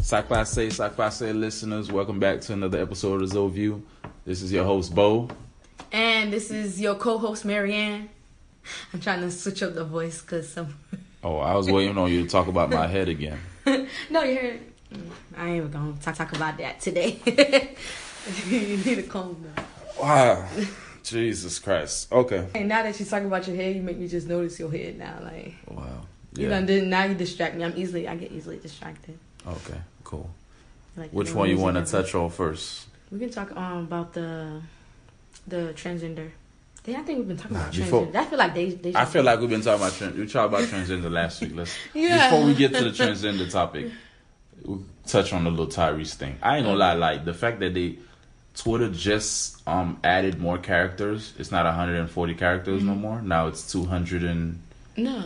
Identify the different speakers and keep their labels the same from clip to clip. Speaker 1: Sci Fi Say, Sci Fi Say listeners, welcome back to another episode of Zoe View. This is your host, Bo.
Speaker 2: And this is your co-host Marianne. I'm trying to switch up the voice because some.
Speaker 1: Oh, I was waiting on you to talk about my head again.
Speaker 2: no, you heard. Mm, I ain't even gonna talk, talk about that today. you need a comb now.
Speaker 1: Wow. Jesus Christ. Okay.
Speaker 2: And now that you talk about your hair, you make me just notice your head now. Like
Speaker 1: Wow.
Speaker 2: you
Speaker 1: Yeah.
Speaker 2: done did now you distract me. I'm easily I get easily distracted.
Speaker 1: Okay, cool.
Speaker 2: Like
Speaker 1: Which
Speaker 2: no
Speaker 1: one you
Speaker 2: reason
Speaker 1: want to
Speaker 2: ever.
Speaker 1: touch on first?
Speaker 2: We can talk um about the the transgender. Yeah, I think we've been talking
Speaker 1: Nah,
Speaker 2: about
Speaker 1: before-
Speaker 2: transgender. I feel like they. they
Speaker 1: I feel like we've been talking about trans. We talked about transgender last week. Let's
Speaker 2: Yeah.
Speaker 1: before we get to the transgender topic, we'll touch on the little Tyrese thing. I ain't gonna lie, like the fact that they Twitter just um added more characters. It's not 140 characters
Speaker 2: Mm-hmm.
Speaker 1: no more. Now it's 250.
Speaker 2: no.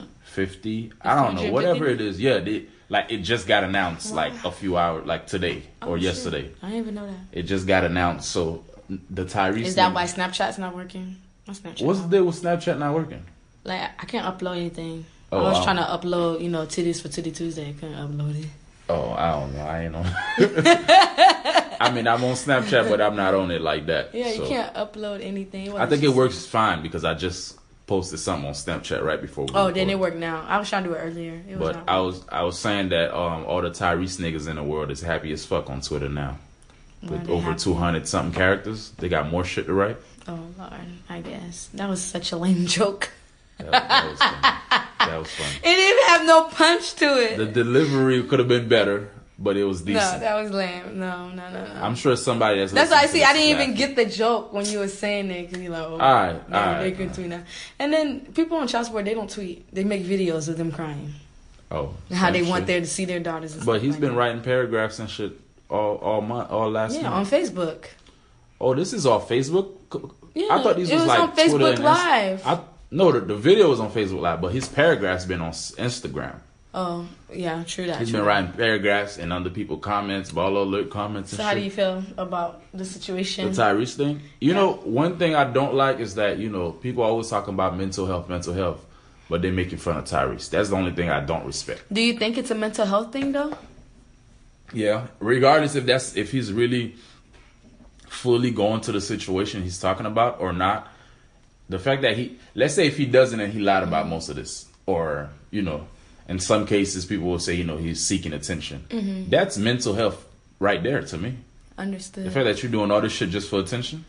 Speaker 1: I don't
Speaker 2: 250?
Speaker 1: know, whatever it is. Yeah, they, like it just got announced like a few hours, like today
Speaker 2: Oh,
Speaker 1: or
Speaker 2: shit.
Speaker 1: yesterday.
Speaker 2: I didn't even know that.
Speaker 1: It just got announced. So the Tyrese
Speaker 2: Is that
Speaker 1: thing-
Speaker 2: why Snapchat's not working? My Snapchat.
Speaker 1: What's
Speaker 2: not
Speaker 1: the deal with Snapchat not working?
Speaker 2: Like I can't upload anything.
Speaker 1: Oh,
Speaker 2: I was
Speaker 1: wow.
Speaker 2: trying to upload, you know, titties for Titty Tuesday. I couldn't upload it.
Speaker 1: Oh, I don't know. I ain't on. I mean, I'm on Snapchat, but I'm not on it like that.
Speaker 2: Yeah, you
Speaker 1: so.
Speaker 2: can't upload anything.
Speaker 1: I think it
Speaker 2: was just-
Speaker 1: works fine because I just posted something on Snapchat right before. We
Speaker 2: Oh, then it
Speaker 1: recorded.
Speaker 2: worked now. I was trying to do it earlier. It was
Speaker 1: But
Speaker 2: not
Speaker 1: I was I was saying that um all the Tyrese niggas in the world is happy as fuck on Twitter now.
Speaker 2: Why
Speaker 1: With
Speaker 2: they
Speaker 1: over
Speaker 2: happy?
Speaker 1: two hundred something characters, they got more shit to write.
Speaker 2: Oh Lord, I guess that was such a lame joke.
Speaker 1: That, that was funny. that was funny.
Speaker 2: It didn't have no punch to it.
Speaker 1: The delivery could have been better, but it was
Speaker 2: no,
Speaker 1: decent.
Speaker 2: that was lame. No, no, no, no.
Speaker 1: I'm sure somebody that's
Speaker 2: That's why I
Speaker 1: listening to
Speaker 2: see. I
Speaker 1: this
Speaker 2: didn't even get
Speaker 1: laugh.
Speaker 2: the joke when you were saying it because you like, oh,
Speaker 1: Alright,
Speaker 2: now
Speaker 1: alright,
Speaker 2: they can
Speaker 1: alright.
Speaker 2: tweet now. And then people on child support they don't tweet. They make videos of them crying,
Speaker 1: oh
Speaker 2: and how
Speaker 1: that's
Speaker 2: they want
Speaker 1: true.
Speaker 2: their to see their daughters. And
Speaker 1: But
Speaker 2: stuff
Speaker 1: he's
Speaker 2: like
Speaker 1: been
Speaker 2: that.
Speaker 1: writing paragraphs and shit all all month, all last
Speaker 2: Yeah,
Speaker 1: month.
Speaker 2: on Facebook.
Speaker 1: Oh, this is off Facebook. C-
Speaker 2: Yeah,
Speaker 1: I thought these
Speaker 2: it
Speaker 1: was,
Speaker 2: was
Speaker 1: like
Speaker 2: on Facebook
Speaker 1: Twitter and Inst-
Speaker 2: Live.
Speaker 1: I no, the, the video was on Facebook Live, but his paragraphs been on S- Instagram.
Speaker 2: Oh, yeah, true that.
Speaker 1: He's
Speaker 2: true that.
Speaker 1: been writing paragraphs and under people comments, ball alert comments. And
Speaker 2: So how do
Speaker 1: shit.
Speaker 2: you feel about the
Speaker 1: the
Speaker 2: situation?
Speaker 1: Tyrese thing? You know, one thing I don't like is that you know people always talking about mental health, mental health, but they making fun of Tyrese. That's the only thing I don't respect.
Speaker 2: Do you think it's a mental health thing though?
Speaker 1: Yeah, regardless if that's if he's really fully going to the situation he's talking about or not. The fact that he, let's say, if he doesn't and he lied about most of this, or you know, in some cases people will say you know he's seeking attention. That's mental health right there to me.
Speaker 2: Understood.
Speaker 1: The fact that you're doing all this shit just for attention.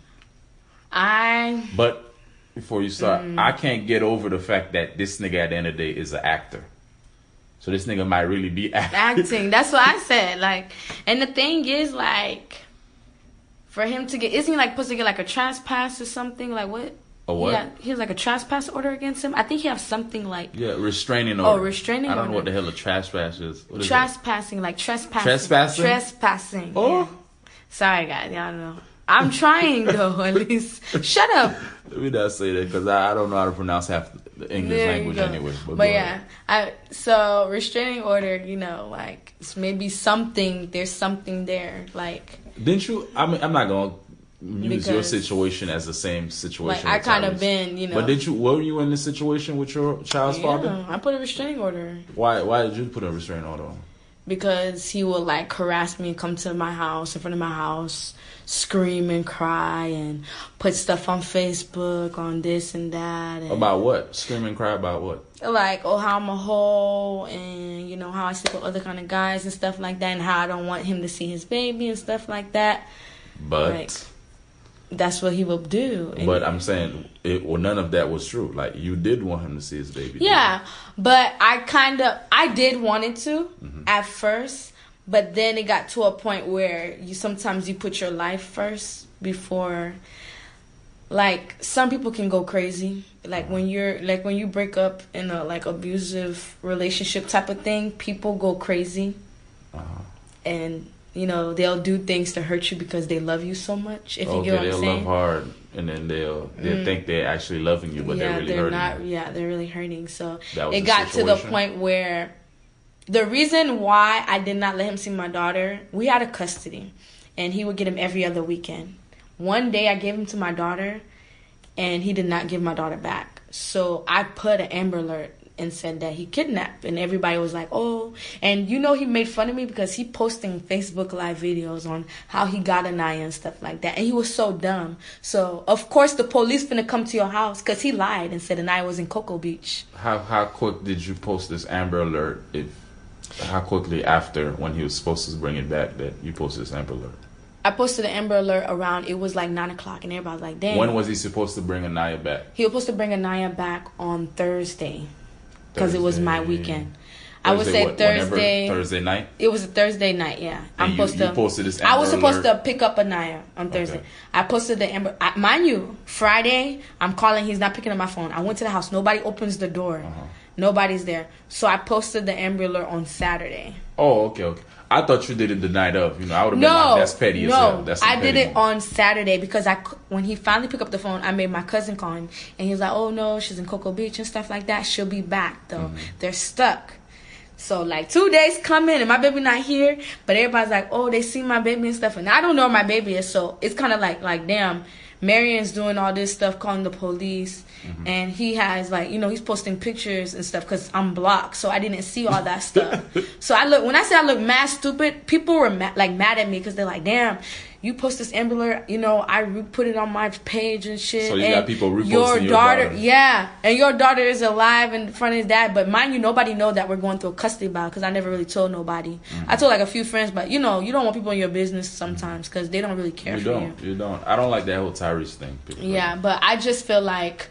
Speaker 2: I
Speaker 1: But before you start, I can't get over the fact that this nigga at the end of the day is an actor. So this nigga might really be acting.
Speaker 2: acting. That's what I said. Like, and the thing is, like, for him to get isn't he like supposed to get like a trespass or something? Like what?
Speaker 1: A what?
Speaker 2: He, got, he has like a trespass order against him. I think he has something like
Speaker 1: Yeah, restraining order.
Speaker 2: Oh, restraining
Speaker 1: I don't
Speaker 2: order.
Speaker 1: know what the hell a trash bash is. What is that?
Speaker 2: trespassing, like trespassing,
Speaker 1: Trespassing?
Speaker 2: trespassing.
Speaker 1: Oh.
Speaker 2: yeah. sorry guys, y'all know. I'm trying though. At least shut up.
Speaker 1: Let me not say that because I, I don't know how to pronounce half the English
Speaker 2: There you
Speaker 1: language
Speaker 2: go.
Speaker 1: anyway. But,
Speaker 2: But,
Speaker 1: go
Speaker 2: yeah,
Speaker 1: ahead.
Speaker 2: I so restraining order. You know, like it's maybe something. There's something there. Like,
Speaker 1: Didn't you? I mean, I'm not gonna use your
Speaker 2: Because-
Speaker 1: situation as the same
Speaker 2: like
Speaker 1: situation.
Speaker 2: I
Speaker 1: with
Speaker 2: kind of
Speaker 1: Tyrese.
Speaker 2: been. You know,
Speaker 1: But did you? Were you in this situation with your child's father?
Speaker 2: Yeah, I put a restraining order
Speaker 1: Why? Why did you put a restraining order? on?
Speaker 2: because he would like harass me, come to my house, in front of my house, scream and cry, and put stuff on Facebook, on this and that, and
Speaker 1: About what? Scream and cry about what?
Speaker 2: like, oh how I'm a hoe, and you know how I sleep with other kind of guys and stuff like that, and how I don't want him to see his baby and stuff like that.
Speaker 1: But.
Speaker 2: Right. That's what he would do. And-
Speaker 1: But I'm saying, it, well, none of that was true. Like you did want him to see his baby.
Speaker 2: Yeah, but I kind of I did want it to
Speaker 1: Mm-hmm.
Speaker 2: at first, but then it got to a point where you sometimes you put your life first before like some people can go crazy. Like
Speaker 1: Mm-hmm.
Speaker 2: when you're like when you break up in a like abusive relationship type of thing, people go crazy.
Speaker 1: Uh-huh.
Speaker 2: And you know, they'll do things to hurt you because they love you so much. If you
Speaker 1: Okay,
Speaker 2: get what I'm
Speaker 1: Oh, they'll love
Speaker 2: saying.
Speaker 1: hard, and then they'll they will think they're actually loving you, but they're really
Speaker 2: they're
Speaker 1: hurting. you.
Speaker 2: not. Yeah, they're really hurting. So
Speaker 1: That was
Speaker 2: it
Speaker 1: the
Speaker 2: got to the
Speaker 1: situation?
Speaker 2: point where the reason why I did not let him see my daughter, we had a custody, and he would get him every other weekend. One day I gave him to my daughter, and he did not give my daughter back. So I put an Amber Alert and said that he kidnapped and everybody was like oh and you know he made fun of me because he posting facebook live videos on how he got an eye and stuff like that and he was so dumb so of course the police finna come to your house because he lied and said an eye was in cocoa beach
Speaker 1: How how quick did you post this Amber Alert? If how quickly after when he was supposed to bring it back that you posted this Amber Alert?
Speaker 2: i posted the amber alert around it was like 9 o'clock and everybody was like damn
Speaker 1: When was he supposed to bring Anaya back?
Speaker 2: he was supposed to bring anaya back on thursday because it was my
Speaker 1: Thursday.
Speaker 2: weekend i would
Speaker 1: Thursday
Speaker 2: say
Speaker 1: what? Whenever-
Speaker 2: thursday
Speaker 1: Thursday night.
Speaker 2: It was a Thursday night, yeah. I'm
Speaker 1: And you-
Speaker 2: supposed
Speaker 1: you
Speaker 2: to.
Speaker 1: posted this
Speaker 2: I was
Speaker 1: Amber
Speaker 2: supposed
Speaker 1: Alert.
Speaker 2: to pick up Anaya on Thursday.
Speaker 1: Okay.
Speaker 2: I posted the Amber. I, mind you, Friday, I'm calling. He's not picking up my phone. I went to the house. Nobody opens the door.
Speaker 1: Uh-huh.
Speaker 2: Nobody's there. So I posted the Amber Alert on Saturday.
Speaker 1: Oh, okay, okay. I thought you did it the night of. You know, I would have been
Speaker 2: No,
Speaker 1: like, that's petty
Speaker 2: no,
Speaker 1: as hell. That's some
Speaker 2: I did
Speaker 1: petty
Speaker 2: it on Saturday because I cou- when he finally picked up the phone, I made my cousin call him, and he was like, "Oh no, she's in Cocoa Beach and stuff like that. She'll be back though.
Speaker 1: Mm-hmm.
Speaker 2: They're stuck." So like two days coming and my baby not here, but everybody's like, oh, they see my baby and stuff, and I don't know where my baby is, so it's kind of like like damn, Marion's doing all this stuff, calling the police,
Speaker 1: Mm-hmm.
Speaker 2: and he has like you know he's posting pictures and stuff because I'm blocked, so I didn't see all that stuff. so I look when I say I look mad stupid, people were ma- like mad at me because they're like, damn. You post this Amber Alert, you know, I re- put it on my page and shit.
Speaker 1: So you
Speaker 2: and
Speaker 1: got people reposting your daughter.
Speaker 2: yeah, and your daughter is alive in front of his dad, but mind you, nobody know that we're going through a custody battle because I never really told nobody.
Speaker 1: Mm-hmm.
Speaker 2: I told like a few friends, but you know, you don't want people in your business sometimes because they don't really care
Speaker 1: You
Speaker 2: for
Speaker 1: don't. You don't. I don't like that whole Tyrese thing. people.
Speaker 2: you. Yeah, but I just feel like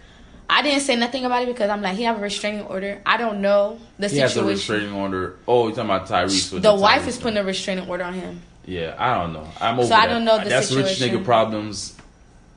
Speaker 2: I didn't say nothing about it because I'm like he have a restraining order. I don't know the
Speaker 1: He has a
Speaker 2: situation.
Speaker 1: restraining order. Oh, you're talking about Tyrese.
Speaker 2: The,
Speaker 1: with
Speaker 2: wife
Speaker 1: Tyrese
Speaker 2: is
Speaker 1: thing.
Speaker 2: putting a restraining order on him.
Speaker 1: Yeah, I don't know. I'm over
Speaker 2: So I
Speaker 1: that.
Speaker 2: don't know the
Speaker 1: That's rich
Speaker 2: situation.
Speaker 1: nigga problems.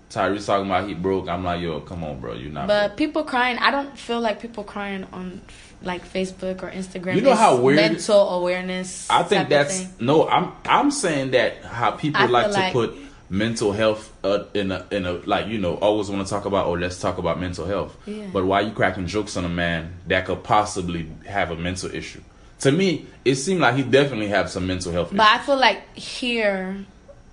Speaker 1: Tyrese talking about he broke. I'm like, yo, come on, bro. You're not.
Speaker 2: But people crying, I don't feel like people crying on like Facebook or Instagram.
Speaker 1: You know
Speaker 2: It's
Speaker 1: how weird-
Speaker 2: mental awareness.
Speaker 1: I
Speaker 2: type
Speaker 1: think
Speaker 2: of thing.
Speaker 1: that's no. I'm I'm saying that how people
Speaker 2: I
Speaker 1: like to
Speaker 2: feel like-
Speaker 1: put mental health uh, in a in a like you know always want to talk about oh let's talk about mental health.
Speaker 2: Yeah.
Speaker 1: But why you cracking jokes on a man that could possibly have a mental issue? To me, it seemed like he definitely have some mental health.
Speaker 2: But I feel like here,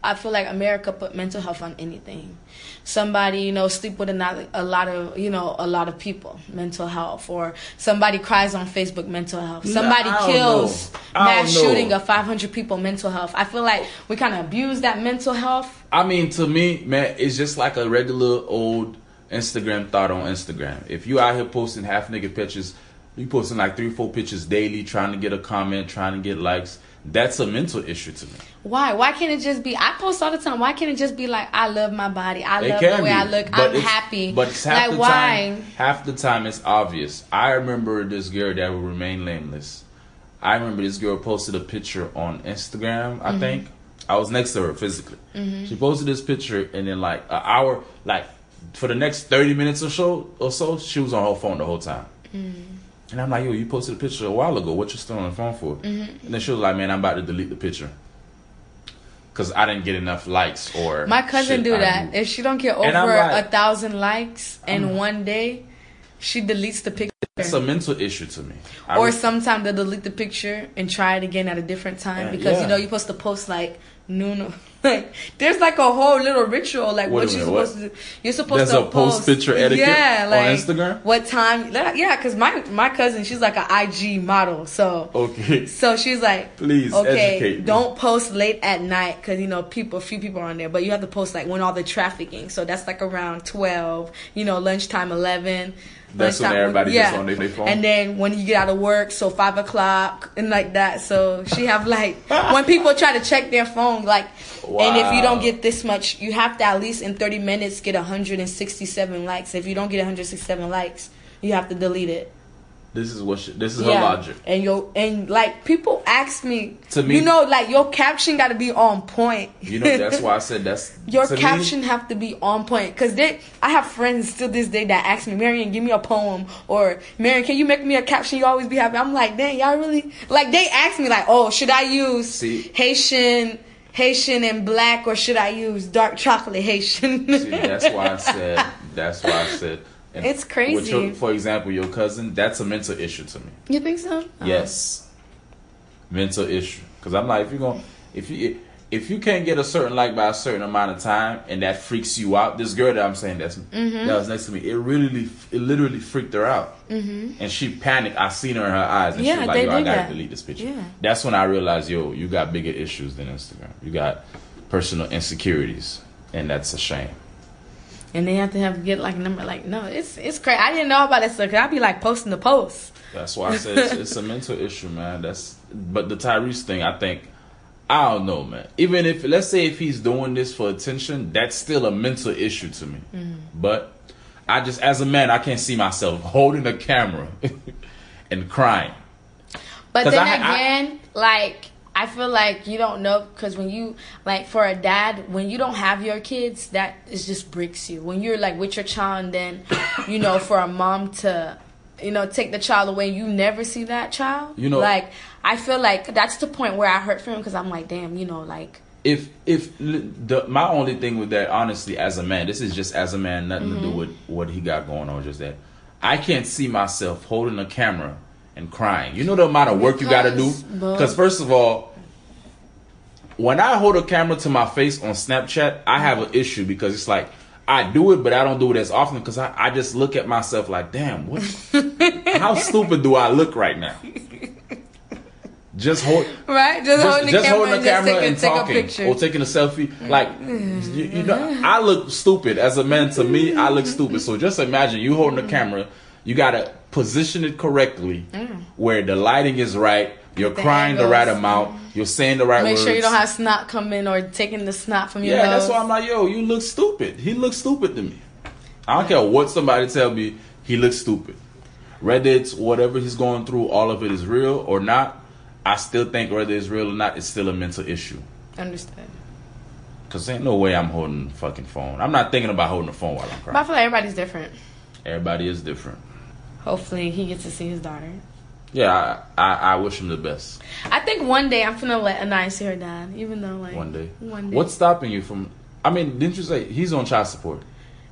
Speaker 2: I feel like America put mental health on anything. Somebody, you know, sleep with another, a lot of, you know, a lot of people, mental health, or somebody cries on Facebook, mental health. Somebody
Speaker 1: I don't
Speaker 2: kills
Speaker 1: know. I
Speaker 2: mass
Speaker 1: don't know.
Speaker 2: shooting of 500 people, mental health. I feel like we kind of abuse that mental health.
Speaker 1: I mean, to me, man, it's just like a regular old Instagram thought on Instagram. If you out here posting half nigga pictures, you posting like three, four pictures daily, trying to get a comment, trying to get likes. That's a mental issue to me.
Speaker 2: Why? Why can't it just be? I post all the time. Why can't it just be like, I love my body. I
Speaker 1: It
Speaker 2: love
Speaker 1: can
Speaker 2: the way
Speaker 1: be,
Speaker 2: I look.
Speaker 1: but
Speaker 2: I'm
Speaker 1: it's-
Speaker 2: happy.
Speaker 1: But it's half
Speaker 2: like,
Speaker 1: the
Speaker 2: why?
Speaker 1: time, half the time it's obvious. I remember this girl that would remain nameless. I remember this girl posted a picture on Instagram. I
Speaker 2: Mm-hmm.
Speaker 1: think I was next to her physically. She posted this picture, and then like an hour, like for the next thirty minutes or so, or so, she was on her phone the whole time.
Speaker 2: Mm-hmm.
Speaker 1: And I'm like, yo, you posted a picture a while ago. What you still on the phone for?
Speaker 2: Mm-hmm.
Speaker 1: And then she was like, man, I'm about to delete the picture. Cause I didn't get enough likes or
Speaker 2: My cousin
Speaker 1: shit
Speaker 2: do
Speaker 1: I
Speaker 2: that.
Speaker 1: moved.
Speaker 2: If she don't get
Speaker 1: And I'm
Speaker 2: over
Speaker 1: like-
Speaker 2: a thousand likes in one day, she deletes the picture.
Speaker 1: It's a mental issue to me. I
Speaker 2: or
Speaker 1: re-
Speaker 2: sometimes they'll delete the picture and try it again at a different time
Speaker 1: Yeah,
Speaker 2: because
Speaker 1: yeah.
Speaker 2: you know you're supposed to post like noon. or- Like there's like a whole little ritual like
Speaker 1: Wait
Speaker 2: what
Speaker 1: a
Speaker 2: you're
Speaker 1: minute, what?
Speaker 2: supposed to do. You're supposed
Speaker 1: There's
Speaker 2: to
Speaker 1: a post picture etiquette
Speaker 2: yeah,
Speaker 1: on
Speaker 2: like
Speaker 1: Instagram?
Speaker 2: What time? Yeah, because my my cousin she's like an IG model, so
Speaker 1: okay.
Speaker 2: so she's like,
Speaker 1: Please
Speaker 2: okay,
Speaker 1: educate me."
Speaker 2: don't post late at night because you know people, few people are on there. But you have to post like when all the trafficking. So that's like around twelve. You know, lunchtime eleven.
Speaker 1: That's when
Speaker 2: lunchtime-
Speaker 1: everybody gets on their- their phone.
Speaker 2: And then when you get out of work, so five o'clock and like that. So she have like when people try to check their phone, like, and if you don't
Speaker 1: Wow.
Speaker 2: get this much, you have to at least in thirty minutes get hundred and sixty-seven likes. If you don't get one hundred sixty-seven likes, you have to delete it.
Speaker 1: This is what she, this is
Speaker 2: Yeah.
Speaker 1: her logic.
Speaker 2: And your and like people ask me,
Speaker 1: To me-
Speaker 2: you know, like your caption got to be on point.
Speaker 1: You know that's why I said that's
Speaker 2: your
Speaker 1: to me,
Speaker 2: caption have to be on point. Cause they, I have friends to this day that ask me, Marion, give me a poem, or Marion, can you make me a caption? You always be happy. I'm like, dang, y'all really like. They ask me like, oh, should I use
Speaker 1: See-
Speaker 2: Haitian? Haitian and black, or should I use dark chocolate Haitian?
Speaker 1: See, that's why I said that's why I said. and
Speaker 2: It's crazy.
Speaker 1: with your- for example, your cousin, that's a mental issue to me.
Speaker 2: you think so? Oh.
Speaker 1: Yes, mental issue. Because I'm like, if you're gonna, if you, if you can't get a certain like by a certain amount of time and that freaks you out, this girl that I'm saying that's
Speaker 2: Mm-hmm.
Speaker 1: that was next to me, it really it literally freaked her out, mm-hmm. and she panicked. I seen her in her eyes, and she
Speaker 2: Yeah,
Speaker 1: was like,
Speaker 2: they
Speaker 1: "Yo, I
Speaker 2: do
Speaker 1: gotta
Speaker 2: that.
Speaker 1: delete this picture."
Speaker 2: Yeah.
Speaker 1: That's when I realized, yo, you got bigger issues than Instagram. You got personal insecurities, and that's a shame.
Speaker 2: And they have to have get like number like no, it's it's crazy. I didn't know about that stuff. 'cause I be like posting the posts.
Speaker 1: That's why I said it's, it's a mental issue, man. That's but the Tyrese thing, I think, I don't know, man. Even if let's say if he's doing this for attention, that's still a mental issue to me. But I just, as a man, I can't see myself holding a camera and crying.
Speaker 2: But
Speaker 1: 'Cause
Speaker 2: then
Speaker 1: I- I-
Speaker 2: again, like I feel like you don't know because when you like for a dad, when you don't have your kids, that is just breaks you. When you're like with your child, and then you know for a mom to you know take the child away, you never see that child.
Speaker 1: You know-
Speaker 2: like I feel like that's the point where I hurt for him because I'm like, damn, you know, like
Speaker 1: If if li- the my only thing with that, honestly, as a man, this is just as a man, nothing to do with what he got going on. Just that, I can't see myself holding a camera and crying. You know the amount of work you got to do.
Speaker 2: Because, but-
Speaker 1: Because first of all, when I hold a camera to my face on Snapchat, I have an issue because it's like I do it, but I don't do it as often because I, I just look at myself like, damn, what? how stupid do I look right now? Just hold
Speaker 2: right, just,
Speaker 1: just,
Speaker 2: holding the
Speaker 1: just
Speaker 2: camera
Speaker 1: holding
Speaker 2: and
Speaker 1: the
Speaker 2: just
Speaker 1: camera
Speaker 2: taking,
Speaker 1: and
Speaker 2: take
Speaker 1: talking
Speaker 2: a picture.
Speaker 1: or taking a selfie. Like, you, you know, I look stupid as a man. To me, I look stupid. So just imagine you holding the
Speaker 2: Mm.
Speaker 1: camera. You gotta position it correctly, where the lighting is right. You're
Speaker 2: The
Speaker 1: crying the right
Speaker 2: angles.
Speaker 1: amount. You're saying the right
Speaker 2: Make
Speaker 1: words.
Speaker 2: sure you don't have snot coming or taking the snot from your
Speaker 1: yeah,
Speaker 2: nose.
Speaker 1: that's why I'm like, yo, you look stupid. He looks stupid to me. I don't care what somebody tell me. He looks stupid. Whether it's whatever he's going through, all of it is real or not. I still think whether it's real or not, it's still a mental issue.
Speaker 2: Understand.
Speaker 1: Cause ain't no way I'm holding the fucking phone. I'm not thinking about holding the phone while I'm
Speaker 2: But I
Speaker 1: crying.
Speaker 2: feel like everybody's different.
Speaker 1: Everybody is different.
Speaker 2: Hopefully, he gets to see his daughter.
Speaker 1: Yeah, I, I, I wish him the best
Speaker 2: I think one day I'm gonna let Anaya see her dad, even though like
Speaker 1: one day.
Speaker 2: One day.
Speaker 1: What's stopping you from? I mean, didn't you say he's on child support?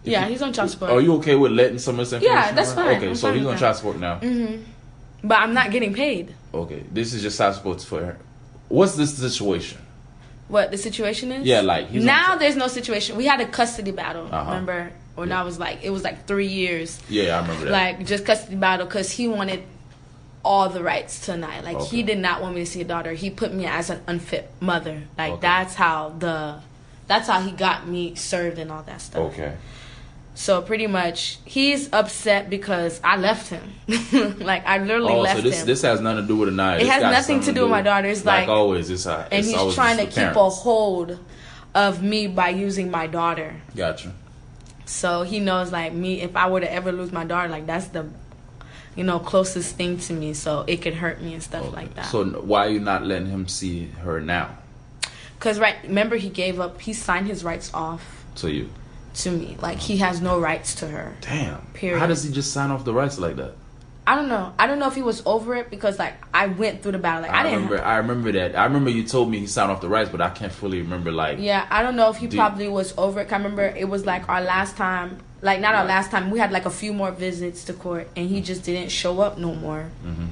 Speaker 1: If
Speaker 2: yeah,
Speaker 1: you-
Speaker 2: he's on child support.
Speaker 1: Are Oh, you okay with letting some of this information?
Speaker 2: that's
Speaker 1: around?
Speaker 2: fine.
Speaker 1: Okay,
Speaker 2: I'm
Speaker 1: so
Speaker 2: fine
Speaker 1: he's
Speaker 2: with
Speaker 1: on
Speaker 2: that. Mm-hmm.
Speaker 1: child support now.
Speaker 2: But I'm not getting paid.
Speaker 1: Okay, this is just child support for her. What's this situation?
Speaker 2: What the situation is?
Speaker 1: Yeah, like, he's on
Speaker 2: now
Speaker 1: child-
Speaker 2: there's no situation. We had a custody battle.
Speaker 1: Uh-huh.
Speaker 2: Remember when
Speaker 1: Yeah.
Speaker 2: I was like, it was like three years,
Speaker 1: Yeah, I remember that.
Speaker 2: like just custody battle because he wanted all the rights tonight. Like
Speaker 1: Okay.
Speaker 2: he did not want me to see a daughter. He put me as an unfit mother. Like
Speaker 1: Okay.
Speaker 2: that's how the, that's how he got me served and all that stuff.
Speaker 1: okay,
Speaker 2: So pretty much, he's upset because I left him. like I literally
Speaker 1: oh,
Speaker 2: left
Speaker 1: so this
Speaker 2: him,
Speaker 1: this has nothing to do with a night.
Speaker 2: It has nothing to do with my daughter. It's like-
Speaker 1: like always. It's, uh,
Speaker 2: and
Speaker 1: it's
Speaker 2: he's
Speaker 1: always
Speaker 2: trying
Speaker 1: the
Speaker 2: to keep a
Speaker 1: parents.
Speaker 2: hold of me by using my daughter.
Speaker 1: Gotcha.
Speaker 2: So he knows like me. If I were to ever lose my daughter, like that's the, you know, closest thing to me. So it could hurt me and stuff like that.
Speaker 1: So n- why are you not letting him see her now?
Speaker 2: Cause right, remember he gave up. He signed his rights off
Speaker 1: To you.
Speaker 2: to me. Like he has no rights to her.
Speaker 1: Damn.
Speaker 2: Period.
Speaker 1: How does he just sign off the rights like that?
Speaker 2: I don't know. I don't know if he was over it because like I went through the battle. Like I,
Speaker 1: I,
Speaker 2: didn't.
Speaker 1: remember. I remember that. I remember you told me he signed off the rights, but I can't fully remember. Like,
Speaker 2: Yeah, I don't know if he
Speaker 1: Do-
Speaker 2: probably was over it. 'cause I remember it was like our last time, like not our
Speaker 1: Right.
Speaker 2: last time. We had like a few more visits to court, and he just didn't show up no more.
Speaker 1: mm-hmm.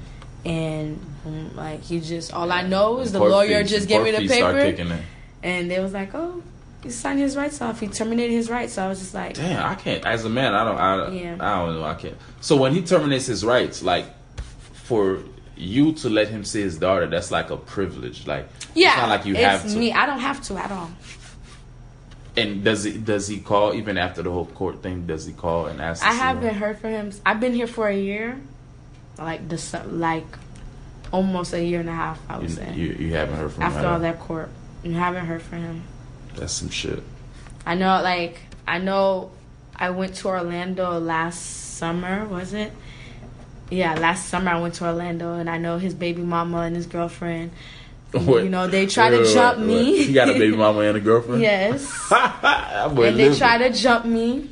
Speaker 2: And mm, like he just, all I know is the
Speaker 1: court
Speaker 2: lawyer
Speaker 1: fees-
Speaker 2: just gave me
Speaker 1: court
Speaker 2: the
Speaker 1: fees start
Speaker 2: paper,
Speaker 1: kicking in.
Speaker 2: and they was like, "Oh, he signed his rights off. He terminated his rights." So I was just like,
Speaker 1: Damn, I can't. As a man, I don't. I,
Speaker 2: Yeah.
Speaker 1: I don't know. I can't. So when he terminates his rights, like for you to let him see his daughter, that's like a privilege. Like,
Speaker 2: "Yeah,
Speaker 1: it's not like you
Speaker 2: it's
Speaker 1: have to.
Speaker 2: me. I don't have to at all."
Speaker 1: And does he does he call even after the whole court thing? Does he call and ask? to
Speaker 2: I
Speaker 1: see her?
Speaker 2: haven't heard from him. I've been here for a year, like this, like almost a year and a half. I would
Speaker 1: You,
Speaker 2: say
Speaker 1: you, you haven't heard from
Speaker 2: after
Speaker 1: her.
Speaker 2: all that court, you haven't heard from him.
Speaker 1: That's some shit.
Speaker 2: I know, like, I know I went to Orlando last summer, was it? Yeah, last summer I went to Orlando, and I know his baby mama and his girlfriend. You know, they try to
Speaker 1: Wait, wait,
Speaker 2: jump
Speaker 1: wait,
Speaker 2: me.
Speaker 1: wait. You got a baby mama and a girlfriend.
Speaker 2: Yes.
Speaker 1: that boy
Speaker 2: and they
Speaker 1: living.
Speaker 2: try to jump me.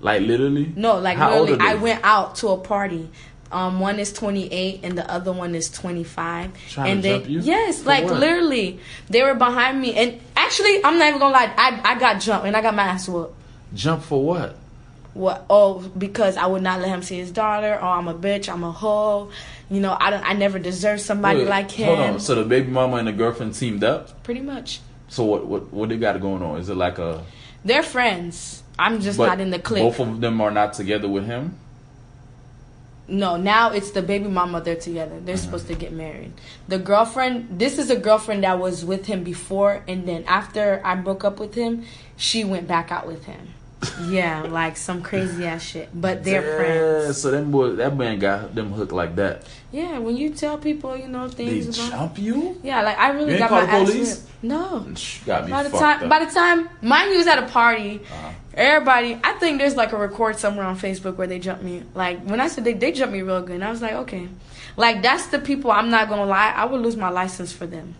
Speaker 1: like literally.
Speaker 2: No, like,
Speaker 1: How old
Speaker 2: literally,
Speaker 1: are
Speaker 2: I
Speaker 1: they?
Speaker 2: went out to a party. Um, one is 28 and the other one is 25.
Speaker 1: Trying to
Speaker 2: and they,
Speaker 1: jump you?
Speaker 2: yes,
Speaker 1: For
Speaker 2: like
Speaker 1: what?
Speaker 2: literally, they were behind me. And actually, I'm not even gonna lie, I, I got jumped and I got my ass whooped.
Speaker 1: Jump for what?
Speaker 2: what oh because I would not let him see his daughter oh I'm a bitch I'm a hoe you know I don't I never deserve somebody
Speaker 1: Wait,
Speaker 2: like him
Speaker 1: Hold on. So the baby mama and the girlfriend teamed up.
Speaker 2: pretty much
Speaker 1: So what what what they got going on? Is it like a
Speaker 2: They're friends. I'm just
Speaker 1: but
Speaker 2: not in the clique.
Speaker 1: Both of them are not together with him.
Speaker 2: No, now it's the baby mama. They're together. They're
Speaker 1: Mm-hmm.
Speaker 2: supposed to get married. The girlfriend. This is a girlfriend that was with him before, and then after I broke up with him, she went back out with him. yeah, like some crazy ass shit. But they're
Speaker 1: Yeah,
Speaker 2: friends.
Speaker 1: So them boy, that man got them hooked like that.
Speaker 2: Yeah, when you tell people, you know
Speaker 1: They
Speaker 2: things about.
Speaker 1: jump you.
Speaker 2: Yeah, like I really
Speaker 1: You
Speaker 2: got
Speaker 1: ain't call
Speaker 2: my
Speaker 1: the
Speaker 2: ass
Speaker 1: police?
Speaker 2: whipped. No.
Speaker 1: Got me
Speaker 2: By the
Speaker 1: fucked
Speaker 2: time,
Speaker 1: up.
Speaker 2: by the time, mine was at a party.
Speaker 1: Uh-huh.
Speaker 2: Everybody, I think there's like a record somewhere on Facebook where they jump me. Like when I said they, they jumped me real good, and I was like, okay, like that's the people. I'm not gonna lie, I would lose my license for them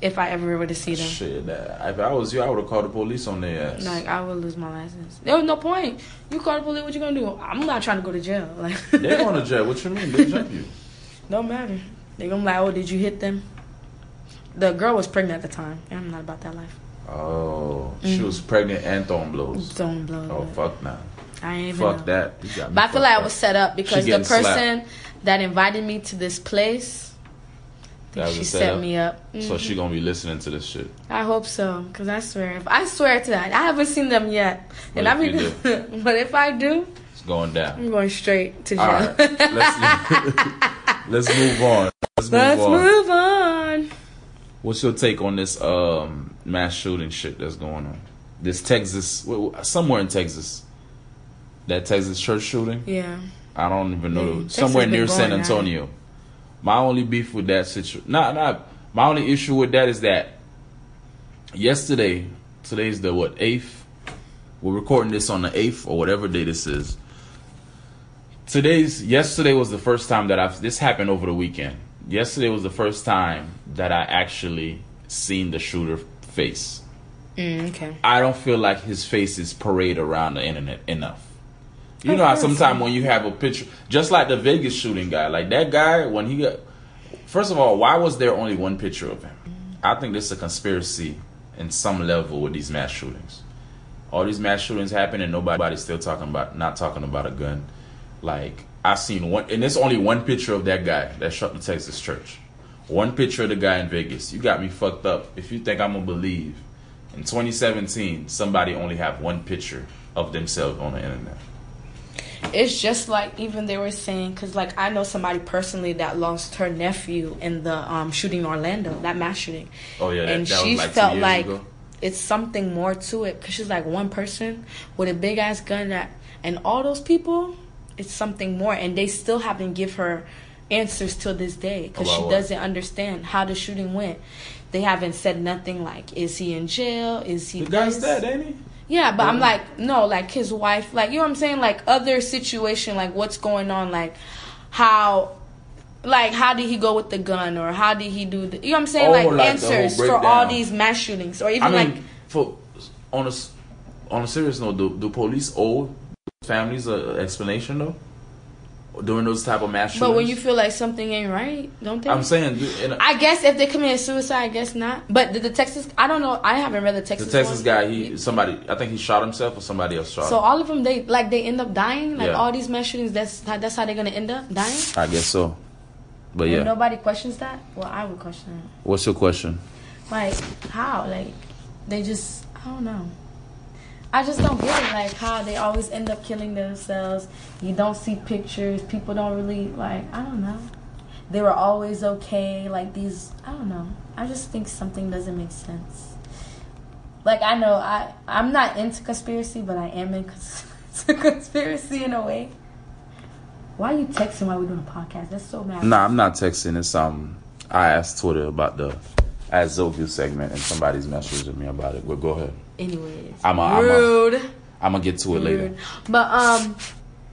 Speaker 2: if I ever were to see them.
Speaker 1: Shit, uh, if I was you, I would have called the police on their ass.
Speaker 2: Like I would lose my license. There was no point. You call the police, what you gonna do? I'm not trying to go to jail. Like
Speaker 1: They're going to jail. What you mean? They jump you.
Speaker 2: Don't matter. They gonna be like, oh, did you hit them? The girl was pregnant at the time, and I'm not about that life.
Speaker 1: Oh,
Speaker 2: Mm.
Speaker 1: she was pregnant and throwing blows.
Speaker 2: Don't blow.
Speaker 1: Oh
Speaker 2: it.
Speaker 1: fuck nah.
Speaker 2: I ain't even. know.
Speaker 1: Fuck that. You got me
Speaker 2: But I feel
Speaker 1: fucked
Speaker 2: like I
Speaker 1: up.
Speaker 2: was set up because the
Speaker 1: getting
Speaker 2: person
Speaker 1: slapped.
Speaker 2: that invited me to this place,
Speaker 1: That was
Speaker 2: she
Speaker 1: a
Speaker 2: set
Speaker 1: setup?
Speaker 2: me up. Mm-hmm.
Speaker 1: So she gonna be listening to this shit.
Speaker 2: I hope so, because I swear, if I swear to that, I haven't seen them yet, and
Speaker 1: What
Speaker 2: I mean,
Speaker 1: if you
Speaker 2: but if I do,
Speaker 1: It's going down.
Speaker 2: I'm going straight to jail.
Speaker 1: All right, let's let's move on. Let's,
Speaker 2: Let's
Speaker 1: move on.
Speaker 2: move on.
Speaker 1: What's your take on this um, mass shooting shit that's going on? This Texas, wh- wh- somewhere in Texas, that Texas church shooting.
Speaker 2: Yeah,
Speaker 1: I don't even know.
Speaker 2: Yeah, Texas
Speaker 1: somewhere
Speaker 2: been
Speaker 1: near
Speaker 2: going,
Speaker 1: San
Speaker 2: right?
Speaker 1: Antonio. My only beef with that situation, not not my only issue with that is that yesterday, today's the what eighth. We're recording this on the eighth or whatever day this is. Today's yesterday was the first time that I've this happened over the weekend. Yesterday was the first time that I actually seen the shooter face.
Speaker 2: mm, okay.
Speaker 1: I don't feel like his face is parade around the internet enough. You
Speaker 2: Of
Speaker 1: know how
Speaker 2: course.
Speaker 1: sometimes when you have a picture, just like the Vegas shooting guy, like that guy when he got. First of all, why was there only one picture of him? I think this is a conspiracy in some level with these mass shootings. All these mass shootings happen and nobody's still talking about not talking about a gun. Like I seen one, and it's only one picture of that guy that shot the Texas church. One picture of the guy in Vegas. You got me fucked up. If you think I'm gonna believe in 2017, somebody only have one picture of themselves on the internet.
Speaker 2: It's just like even they were saying, because like I know somebody personally that lost her nephew in the um, shooting in Orlando, that mass shooting.
Speaker 1: Oh yeah, that,
Speaker 2: and
Speaker 1: that
Speaker 2: she
Speaker 1: was like
Speaker 2: felt
Speaker 1: two years
Speaker 2: like
Speaker 1: ago.
Speaker 2: it's something more to it because she's like one person with a big ass gun that, and all those people, it's something more, and they still haven't give her answers till this day because she
Speaker 1: About what?
Speaker 2: doesn't understand how the shooting went. They haven't said nothing like, is he in jail? Is he
Speaker 1: The guy's
Speaker 2: this?
Speaker 1: dead, ain't he?
Speaker 2: Yeah, but I'm
Speaker 1: Yeah.
Speaker 2: like, no, like his wife, like you know what I'm saying, like other situation, like what's going on, like how, like how did he go with the gun or how did he do, the, you know what I'm saying,
Speaker 1: Oh,
Speaker 2: like,
Speaker 1: like the
Speaker 2: answers
Speaker 1: whole
Speaker 2: for all
Speaker 1: breakdown.
Speaker 2: these mass shootings or even
Speaker 1: I mean,
Speaker 2: like
Speaker 1: for on a s- on a serious note, do, do police owe families an explanation though during those type of mass shootings?
Speaker 2: But when you feel like something ain't right, don't they?
Speaker 1: I'm saying do- in a,
Speaker 2: I guess if they committed suicide, I guess not. But the, the Texas, I don't know. I haven't read the
Speaker 1: the
Speaker 2: Texas.
Speaker 1: Texas
Speaker 2: one.
Speaker 1: guy, he somebody, I think he shot himself or somebody else shot.
Speaker 2: So
Speaker 1: him.
Speaker 2: all of them, they like they end up dying. Like
Speaker 1: Yeah.
Speaker 2: all these mass shootings, that's how- that's how they're gonna end up dying.
Speaker 1: I guess so. But
Speaker 2: And
Speaker 1: yeah,
Speaker 2: nobody questions that. Well, I would question that.
Speaker 1: what's your question?
Speaker 2: Like how? Like they just I don't know. I just don't get it. Like how they always end up killing themselves. You don't see pictures. People don't really like. I don't know. They were always okay. Like these. I don't know. I just think something doesn't make sense. Like I know I I'm not into conspiracy, but I am into conspiracy in a way. Why are you texting while we're doing a podcast? That's so mad.
Speaker 1: Nah, I'm not texting. It's um, I asked Twitter about the as Zoview segment, and somebody's messaging me about it. But go ahead.
Speaker 2: Anyways,
Speaker 1: I'm a- I'm a-
Speaker 2: rude.
Speaker 1: I'm gonna get to it later.
Speaker 2: Rude. But um,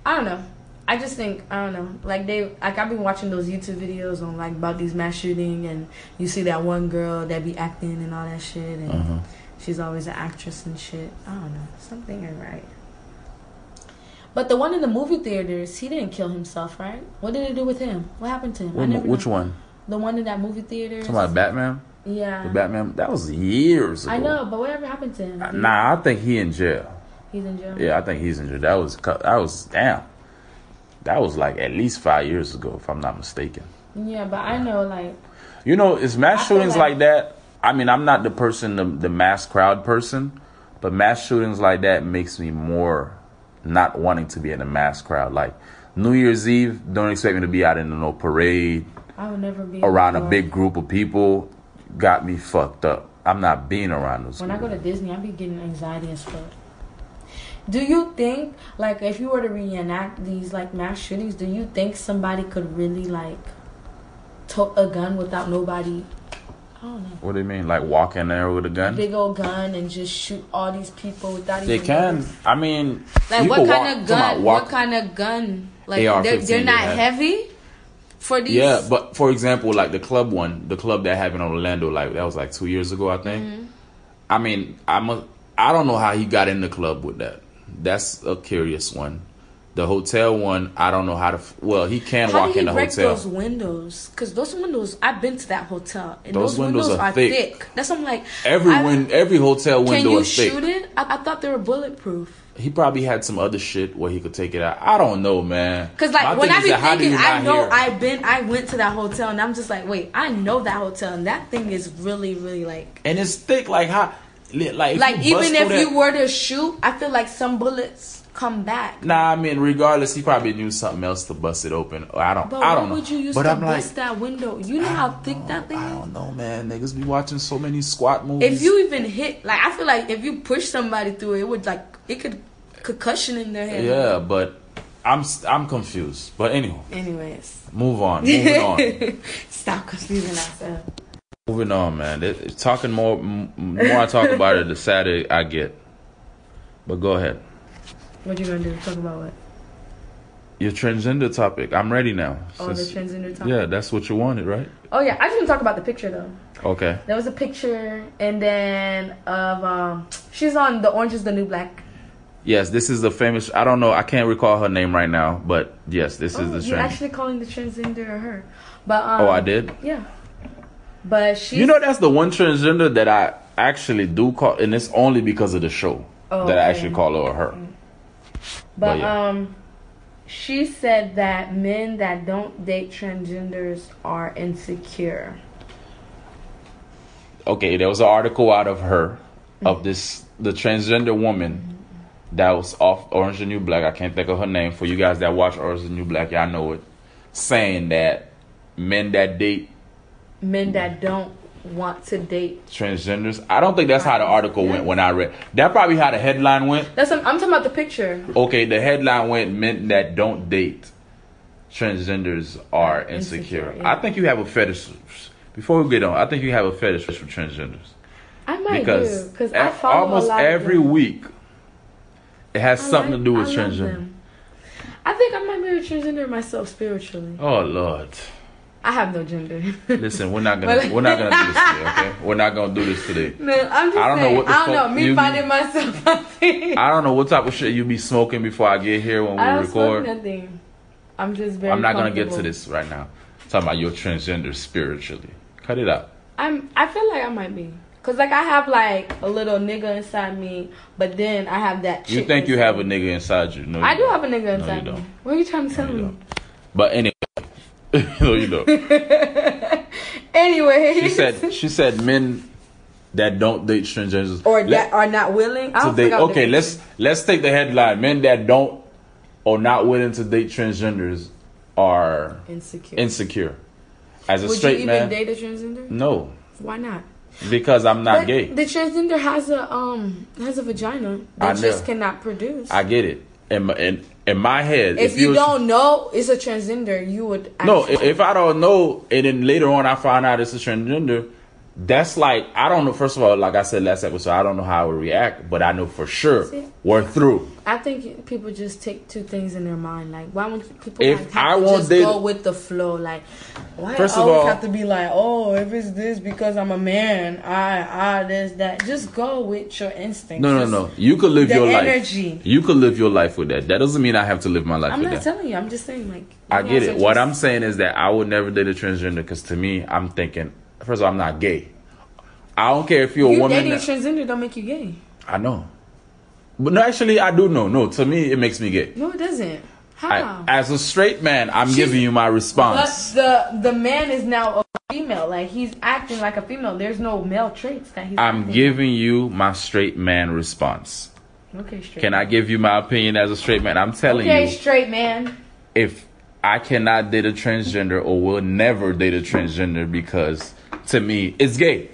Speaker 2: I don't know. I just think I don't know. Like they, like I've been watching those YouTube videos on like about these mass shooting, and you see that one girl that be acting and all that shit, and
Speaker 1: Uh-huh.
Speaker 2: she's always an actress and shit. I don't know. Something ain't right. But the one in the movie theaters, he didn't kill himself, right? What did they do with him? What happened to him? I never
Speaker 1: Which
Speaker 2: know.
Speaker 1: one?
Speaker 2: The one in that movie theater.
Speaker 1: Talking about Batman?
Speaker 2: Yeah.
Speaker 1: The Batman? That was years ago.
Speaker 2: Uh, I know, but whatever happened to him? He-
Speaker 1: Nah, I think he in jail.
Speaker 2: He's in jail.
Speaker 1: Yeah, I think he's in jail. That was cu- that was damn. That was like at least five years ago, if I'm not mistaken.
Speaker 2: Yeah, but I know, like,
Speaker 1: You know, it's mass
Speaker 2: I feel
Speaker 1: shootings
Speaker 2: like-
Speaker 1: like, that. I mean, I'm not the person, the, the mass crowd person, but mass shootings like that makes me more not wanting to be in a mass crowd. Like New Year's Eve, don't expect me to be out in no parade
Speaker 2: I would never be
Speaker 1: around a
Speaker 2: outdoors.
Speaker 1: big group of people. Got me fucked up. I'm not being around those.
Speaker 2: When I go
Speaker 1: people.
Speaker 2: to Disney, I be getting anxiety as fuck. Do you think, like, if you were to reenact these like mass shootings, do you think somebody could really like tote a gun without nobody? I don't know.
Speaker 1: what do you mean? Like walk in there with a gun?
Speaker 2: Big old gun and just shoot all these people without
Speaker 1: They
Speaker 2: even
Speaker 1: can. I mean,
Speaker 2: Like
Speaker 1: you
Speaker 2: what
Speaker 1: could
Speaker 2: kind
Speaker 1: walk-
Speaker 2: of
Speaker 1: come out,
Speaker 2: gun?
Speaker 1: walk-
Speaker 2: what kind of gun? Like they're,
Speaker 1: AR-15
Speaker 2: they're
Speaker 1: they
Speaker 2: not
Speaker 1: have.
Speaker 2: heavy for these.
Speaker 1: Yeah, but for example, like the club one, the club that happened in Orlando, like that was like two years ago, I think.
Speaker 2: Mm-hmm.
Speaker 1: I mean, I'm a, I don't know how he got in the club with that. That's a curious one. The hotel one, I don't know how to. f- Well, he can
Speaker 2: How
Speaker 1: walk
Speaker 2: do
Speaker 1: in
Speaker 2: you
Speaker 1: the
Speaker 2: break
Speaker 1: hotel.
Speaker 2: those windows? Because those windows, I've been to that hotel, and
Speaker 1: Those
Speaker 2: those,
Speaker 1: windows
Speaker 2: windows,
Speaker 1: are
Speaker 2: are,
Speaker 1: thick.
Speaker 2: thick. That's what I'm like.
Speaker 1: every
Speaker 2: I-
Speaker 1: win, every hotel
Speaker 2: Can
Speaker 1: window
Speaker 2: you
Speaker 1: is thick.
Speaker 2: shoot it? I, I thought they were bulletproof.
Speaker 1: He probably had some other shit where he could take it out. I don't know, man.
Speaker 2: Cause like
Speaker 1: My
Speaker 2: when
Speaker 1: thing
Speaker 2: I
Speaker 1: is
Speaker 2: be
Speaker 1: that how do
Speaker 2: thinking,
Speaker 1: you
Speaker 2: I
Speaker 1: not
Speaker 2: know
Speaker 1: hear?
Speaker 2: I've been, I went to that hotel, and I'm just like, wait, I know that hotel, and that thing is really, really like,
Speaker 1: and it's thick. Like how, li- like if
Speaker 2: like
Speaker 1: you bust
Speaker 2: even
Speaker 1: through
Speaker 2: if
Speaker 1: that-
Speaker 2: you were to shoot, I feel like some bullets come back.
Speaker 1: Nah, I mean, regardless, he probably knew something else to bust it open. I don't.
Speaker 2: But
Speaker 1: I
Speaker 2: why
Speaker 1: don't know.
Speaker 2: would you use
Speaker 1: but
Speaker 2: to
Speaker 1: I'm like,
Speaker 2: bust that window? You know how thick that thing
Speaker 1: I
Speaker 2: is.
Speaker 1: don't know, man. Niggas be watching so many squat movies.
Speaker 2: If you even hit, like I feel like if you push somebody through, it would like it could concussion in their head.
Speaker 1: yeah, but I'm I'm confused. But anyway,
Speaker 2: Anyways,
Speaker 1: move on. Moving on.
Speaker 2: stop confusing ourselves.
Speaker 1: Moving on, man. It- it's talking more, m- more I talk about it, the sadder I get. But go ahead.
Speaker 2: What you gonna do? Talk about what?
Speaker 1: Your transgender topic. I'm ready now.
Speaker 2: Oh, the
Speaker 1: Since-
Speaker 2: transgender topic.
Speaker 1: Yeah, that's what you wanted, right?
Speaker 2: Oh yeah, I just want to talk about the picture though.
Speaker 1: Okay.
Speaker 2: There was a picture, and then of um, she's on the Orange Is the New Black.
Speaker 1: Yes, this is the famous. I don't know. I can't recall her name right now, but yes, this
Speaker 2: Oh,
Speaker 1: is the
Speaker 2: you
Speaker 1: trend.
Speaker 2: actually calling the transgender her? But um,
Speaker 1: Oh, I did.
Speaker 2: Yeah, but she.
Speaker 1: You know, that's the one transgender that I actually do call, and it's only because of the show
Speaker 2: Oh,
Speaker 1: that I
Speaker 2: okay.
Speaker 1: actually call her her.
Speaker 2: But
Speaker 1: But, Oh, yeah.
Speaker 2: um, she said that men that don't date transgenders are insecure.
Speaker 1: Okay, there was an article out of her, of this the transgender woman that was off Orange is the New Black. I can't think of her name. For you guys that watch Orange is the New Black, y'all know it. Saying that men that date
Speaker 2: Men that don't want to date.
Speaker 1: transgenders, I don't think that's how the article went when I read. That probably how the headline went.
Speaker 2: That's I'm, I'm talking about the picture.
Speaker 1: Okay, the headline went men that don't date transgenders are insecure.
Speaker 2: Insecure, yeah.
Speaker 1: I think you have a fetish. Before we get on, I think you have a fetish for transgenders
Speaker 2: I might
Speaker 1: because
Speaker 2: do because
Speaker 1: a-
Speaker 2: I follow
Speaker 1: almost
Speaker 2: a lot
Speaker 1: every
Speaker 2: of them.
Speaker 1: week it has
Speaker 2: I
Speaker 1: something
Speaker 2: like-
Speaker 1: to do with
Speaker 2: I love
Speaker 1: transgender.
Speaker 2: them. I think I might be a transgender myself spiritually.
Speaker 1: Oh Lord!
Speaker 2: I have no gender.
Speaker 1: Listen, we're not gonna we're not gonna do this today. Okay, we're not gonna do this today.
Speaker 2: no, I'm just
Speaker 1: I don't know
Speaker 2: saying.
Speaker 1: what the
Speaker 2: I don't
Speaker 1: fuck
Speaker 2: know. Me
Speaker 1: you-
Speaker 2: finding myself. I think.
Speaker 1: I don't know what type of shit you be smoking before I get here when we
Speaker 2: I don't
Speaker 1: record.
Speaker 2: smoke nothing. I'm just very.
Speaker 1: I'm not gonna get to
Speaker 2: comfortable.
Speaker 1: this right now. talking about your transgender spiritually. Cut it out.
Speaker 2: I'm. I feel like I might be. Cause like I have like a little nigga inside me, but then I have that.
Speaker 1: You
Speaker 2: chick
Speaker 1: think you
Speaker 2: inside
Speaker 1: have a
Speaker 2: me.
Speaker 1: nigga inside you? No,
Speaker 2: I
Speaker 1: you
Speaker 2: do
Speaker 1: don't.
Speaker 2: have a nigga
Speaker 1: No, you
Speaker 2: inside me.
Speaker 1: don't.
Speaker 2: What are you trying to tell
Speaker 1: No, you
Speaker 2: me?
Speaker 1: don't. But anyway, no, you don't.
Speaker 2: Anyway,
Speaker 1: She said she said men that don't date transgenders
Speaker 2: or
Speaker 1: Let-
Speaker 2: that are not willing. I
Speaker 1: to
Speaker 2: don't
Speaker 1: date.
Speaker 2: think I'll
Speaker 1: Okay,
Speaker 2: date
Speaker 1: let's let's take the headline: men that don't or not willing to date transgenders are
Speaker 2: insecure.
Speaker 1: insecure. As a
Speaker 2: Would you
Speaker 1: straight
Speaker 2: even
Speaker 1: man,
Speaker 2: date a transgender?
Speaker 1: no,
Speaker 2: Why not?
Speaker 1: because I'm not
Speaker 2: But
Speaker 1: gay.
Speaker 2: The transgender has a um has a vagina
Speaker 1: I
Speaker 2: that
Speaker 1: know.
Speaker 2: just cannot produce.
Speaker 1: I get it. In my, in, in my head,
Speaker 2: if, you
Speaker 1: you're-
Speaker 2: don't know it's a transgender, you would
Speaker 1: No,
Speaker 2: actually-
Speaker 1: if, if I don't know, and then later on I find out it's a transgender, that's like I don't know. First of all, like I said last episode, I don't know how I would react, but I know for sure
Speaker 2: See?
Speaker 1: we're through.
Speaker 2: I think people just take two things in their mind. Like, why won't people like,
Speaker 1: If I
Speaker 2: have to
Speaker 1: won't
Speaker 2: just
Speaker 1: date-
Speaker 2: go with the flow? Like, why
Speaker 1: First of
Speaker 2: always
Speaker 1: all-
Speaker 2: have to be like, oh, if it's this because I'm a man, I, I, this, that. Just go with your instincts.
Speaker 1: No, no,
Speaker 2: Just-
Speaker 1: no. You could live
Speaker 2: The
Speaker 1: your
Speaker 2: energy.
Speaker 1: life. You could live your life with that. That doesn't mean I have to live my life
Speaker 2: I'm
Speaker 1: with
Speaker 2: not
Speaker 1: that.
Speaker 2: telling you. I'm just saying, like,
Speaker 1: I
Speaker 2: you
Speaker 1: get
Speaker 2: guys
Speaker 1: it.
Speaker 2: are
Speaker 1: What
Speaker 2: just-
Speaker 1: I'm saying is that I would never date a transgender because to me, I'm thinking. First of all, I'm not gay. I don't care if you're a
Speaker 2: you
Speaker 1: woman.
Speaker 2: dating
Speaker 1: that-
Speaker 2: transgender don't make you gay.
Speaker 1: I know, but no, actually, I do know. No, to me, it makes me gay.
Speaker 2: No, it doesn't. How?
Speaker 1: I, as a straight man, I'm giving you my response.
Speaker 2: But the the man is now a female. Like he's acting like a female. There's no male traits that he's.
Speaker 1: I'm
Speaker 2: acting-
Speaker 1: giving you my straight man response.
Speaker 2: Okay, straight.
Speaker 1: Can I give you my opinion as a straight man? I'm telling
Speaker 2: Okay,
Speaker 1: you,
Speaker 2: straight man.
Speaker 1: if I cannot date a transgender or will never date a transgender because to me it's gay.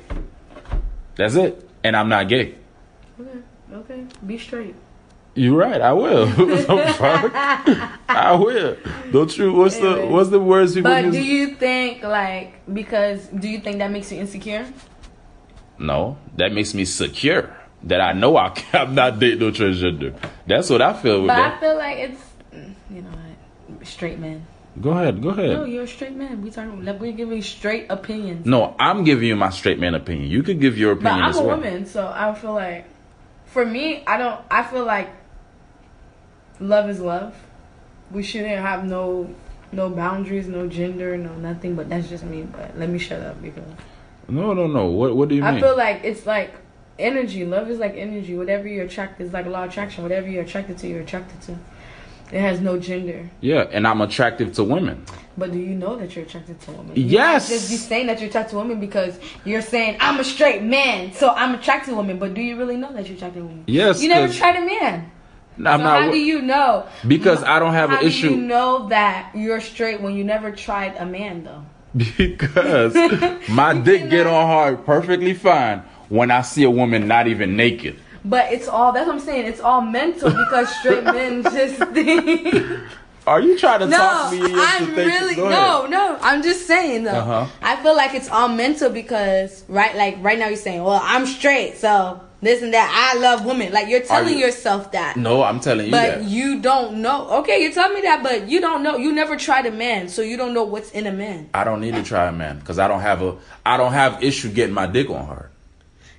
Speaker 1: That's it, and I'm not gay.
Speaker 2: Okay, okay, be straight.
Speaker 1: You're right. I will. The fuck? I will. Don't you? What's the
Speaker 2: Anyway.
Speaker 1: What's the words people
Speaker 2: But
Speaker 1: use?
Speaker 2: do you think like because do you think that makes you insecure?
Speaker 1: No, that makes me secure that I know I can, I'm not dating no transgender. That's what I feel with
Speaker 2: But I
Speaker 1: that.
Speaker 2: feel like it's mm, you know what straight man.
Speaker 1: Go ahead, go ahead.
Speaker 2: No,
Speaker 1: No,
Speaker 2: you're a straight man. We talking like we're giving straight opinions.
Speaker 1: I'm giving you my straight man opinion. You could give your
Speaker 2: But
Speaker 1: opinion
Speaker 2: I'm
Speaker 1: as
Speaker 2: a
Speaker 1: well.
Speaker 2: woman, so I feel like for me, I don't. I feel like love is love. We shouldn't have no no boundaries, no gender, no nothing. But that's just me. But let me shut up because
Speaker 1: No, no, no. What What do you
Speaker 2: I
Speaker 1: mean?
Speaker 2: feel like it's like energy. Love is like energy. Whatever you're attracted is like law of attraction. Whatever you're attracted to, you're attracted to. It has no gender.
Speaker 1: yeah, and I'm attractive to women.
Speaker 2: But do you know that you're attracted to women?
Speaker 1: Yes.
Speaker 2: You can't just be saying that you're attracted to women because you're saying I'm a straight man, so I'm attracted to women. But do you really know that you're attracted to women?
Speaker 1: Yes,
Speaker 2: You never
Speaker 1: 'cause
Speaker 2: tried a man.
Speaker 1: I'm not
Speaker 2: so how do you know?
Speaker 1: because I don't have
Speaker 2: how
Speaker 1: an issue.
Speaker 2: do you know that you're straight when you never tried a man though?
Speaker 1: because my
Speaker 2: You
Speaker 1: dick get
Speaker 2: cannot-
Speaker 1: on hard perfectly fine when I see a woman not even naked.
Speaker 2: But it's all that's what I'm saying. It's all mental because straight men just think.
Speaker 1: Are you trying to
Speaker 2: No,
Speaker 1: talk me into
Speaker 2: I'm
Speaker 1: thinking?
Speaker 2: really
Speaker 1: Go ahead.
Speaker 2: no, no. I'm just saying though.
Speaker 1: Uh-huh.
Speaker 2: I feel like it's all mental because right, like right now you're saying, well, I'm straight, so this and that. I love women. Like you're telling
Speaker 1: you-
Speaker 2: yourself that,
Speaker 1: No, I'm telling you
Speaker 2: but
Speaker 1: that.
Speaker 2: you don't know. Okay, you tell me that, but you don't know. You never tried a man, so you don't know what's in a man.
Speaker 1: I don't need to try a man because I don't have a I don't have issue getting my dick on hard.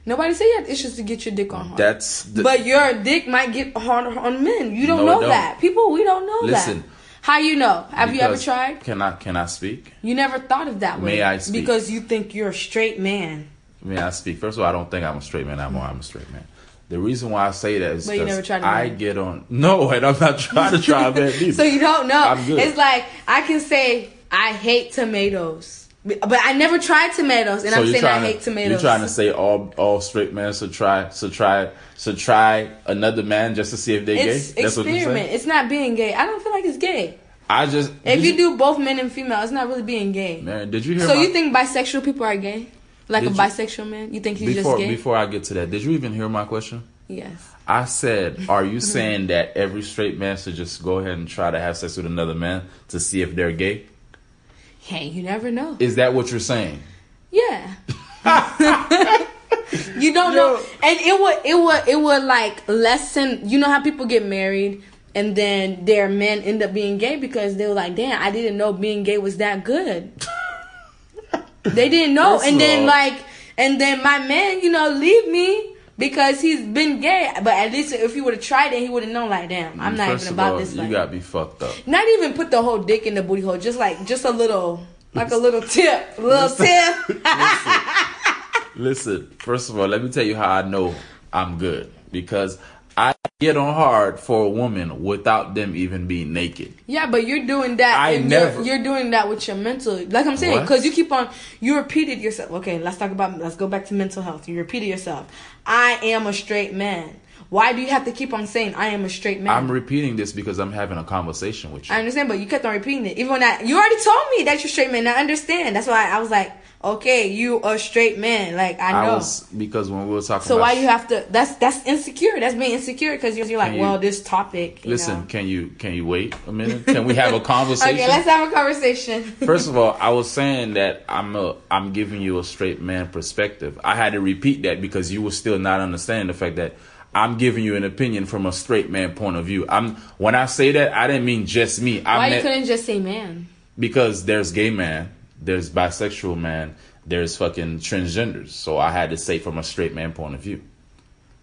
Speaker 2: Nobody say you have issues to get your dick on hard.
Speaker 1: That's
Speaker 2: Uh-huh.
Speaker 1: the,
Speaker 2: but your dick might get hard on men. You don't
Speaker 1: No, it
Speaker 2: know
Speaker 1: don't.
Speaker 2: that. People, we don't know
Speaker 1: Listen.
Speaker 2: that. How you know? Have you ever
Speaker 1: because-
Speaker 2: tried?
Speaker 1: Can I can I speak?
Speaker 2: You never thought of that way.
Speaker 1: May I speak?
Speaker 2: Because you think you're a straight man.
Speaker 1: May I speak? First of all, I don't think I'm a straight man. I'm I'm a straight man. The reason why I say that is
Speaker 2: But you never
Speaker 1: because
Speaker 2: tried to
Speaker 1: I
Speaker 2: marry.
Speaker 1: get on no, and I'm not trying to try a man either.
Speaker 2: so you don't know.
Speaker 1: I'm good.
Speaker 2: It's like I can say I hate tomatoes, but but I never tried tomatoes, and
Speaker 1: So
Speaker 2: I'm
Speaker 1: you're
Speaker 2: saying I
Speaker 1: trying to-
Speaker 2: hate tomatoes.
Speaker 1: You're trying to say all all straight men should try should try should try another man just to see if they're
Speaker 2: it's
Speaker 1: gay. That's what you're
Speaker 2: experiment.
Speaker 1: saying.
Speaker 2: It's not being gay. I don't feel like it's gay.
Speaker 1: I just
Speaker 2: If
Speaker 1: did
Speaker 2: you do both men and female, it's not really being gay.
Speaker 1: man, did you hear?
Speaker 2: so
Speaker 1: my,
Speaker 2: you think bisexual people are gay? Like
Speaker 1: Did
Speaker 2: a
Speaker 1: you-
Speaker 2: bisexual man, you think he's
Speaker 1: before
Speaker 2: just gay?
Speaker 1: before I get to that? Did you even hear my question?
Speaker 2: Yes.
Speaker 1: I said, are
Speaker 2: Mm-hmm.
Speaker 1: you saying that every straight man should just go ahead and try to have sex with another man to see if they're gay?
Speaker 2: Hey, you never know.
Speaker 1: Is that what you're saying?
Speaker 2: Yeah. you don't know,
Speaker 1: Yo.
Speaker 2: and it would it would it would like lessen. You know how people get married and then their men end up being gay because they were like, "Damn, I didn't know being gay was that good." they didn't know,
Speaker 1: First
Speaker 2: and
Speaker 1: of
Speaker 2: then
Speaker 1: all-
Speaker 2: like, and then my man, you know, leave me. Because he's been gay, but at least if he would have tried it, he would have known. Like, damn, I'm not
Speaker 1: First
Speaker 2: even
Speaker 1: of
Speaker 2: about
Speaker 1: all,
Speaker 2: this.
Speaker 1: You
Speaker 2: life."
Speaker 1: got me fucked up.
Speaker 2: Not even put the whole dick in the booty hole, just like just a little, like a little tip, little tip.
Speaker 1: Listen, first of all, let me tell you how I know I'm good because I get on hard for a woman without them even being naked.
Speaker 2: Yeah, but you're doing that.
Speaker 1: I
Speaker 2: and
Speaker 1: never-
Speaker 2: You're, you're doing that with your mental. Like I'm saying,
Speaker 1: What?
Speaker 2: because you keep on. You repeated yourself. Okay, let's talk about. Let's go back to mental health. You repeated yourself. I am a straight man. Why do you have to keep on saying I am a straight man?
Speaker 1: I'm repeating this because I'm having a conversation with you.
Speaker 2: Mm. I understand, but you kept on repeating it. Even when I, you already told me that you're straight man. I understand. That's why I was like, okay, you a straight man. Like I
Speaker 1: I
Speaker 2: know.
Speaker 1: was because when we were talking
Speaker 2: so
Speaker 1: about
Speaker 2: why you have to? That's that's insecure. That's being insecure because you're, you're like,
Speaker 1: Can you-
Speaker 2: well, this topic. You
Speaker 1: Listen,
Speaker 2: know.
Speaker 1: can you can you wait a minute? Can we have a conversation?
Speaker 2: Okay, let's have a conversation.
Speaker 1: First of all, I was saying that I'm a I'm giving you a straight man perspective. I had to repeat that because you were still not understanding the fact that I'm giving you an opinion from a straight man point of view. I'm when I say that I didn't mean just me. I
Speaker 2: why you
Speaker 1: meant
Speaker 2: couldn't just say man?
Speaker 1: because there's gay man, there's bisexual man, there's fucking transgenders. So I had to say from a straight man point of view.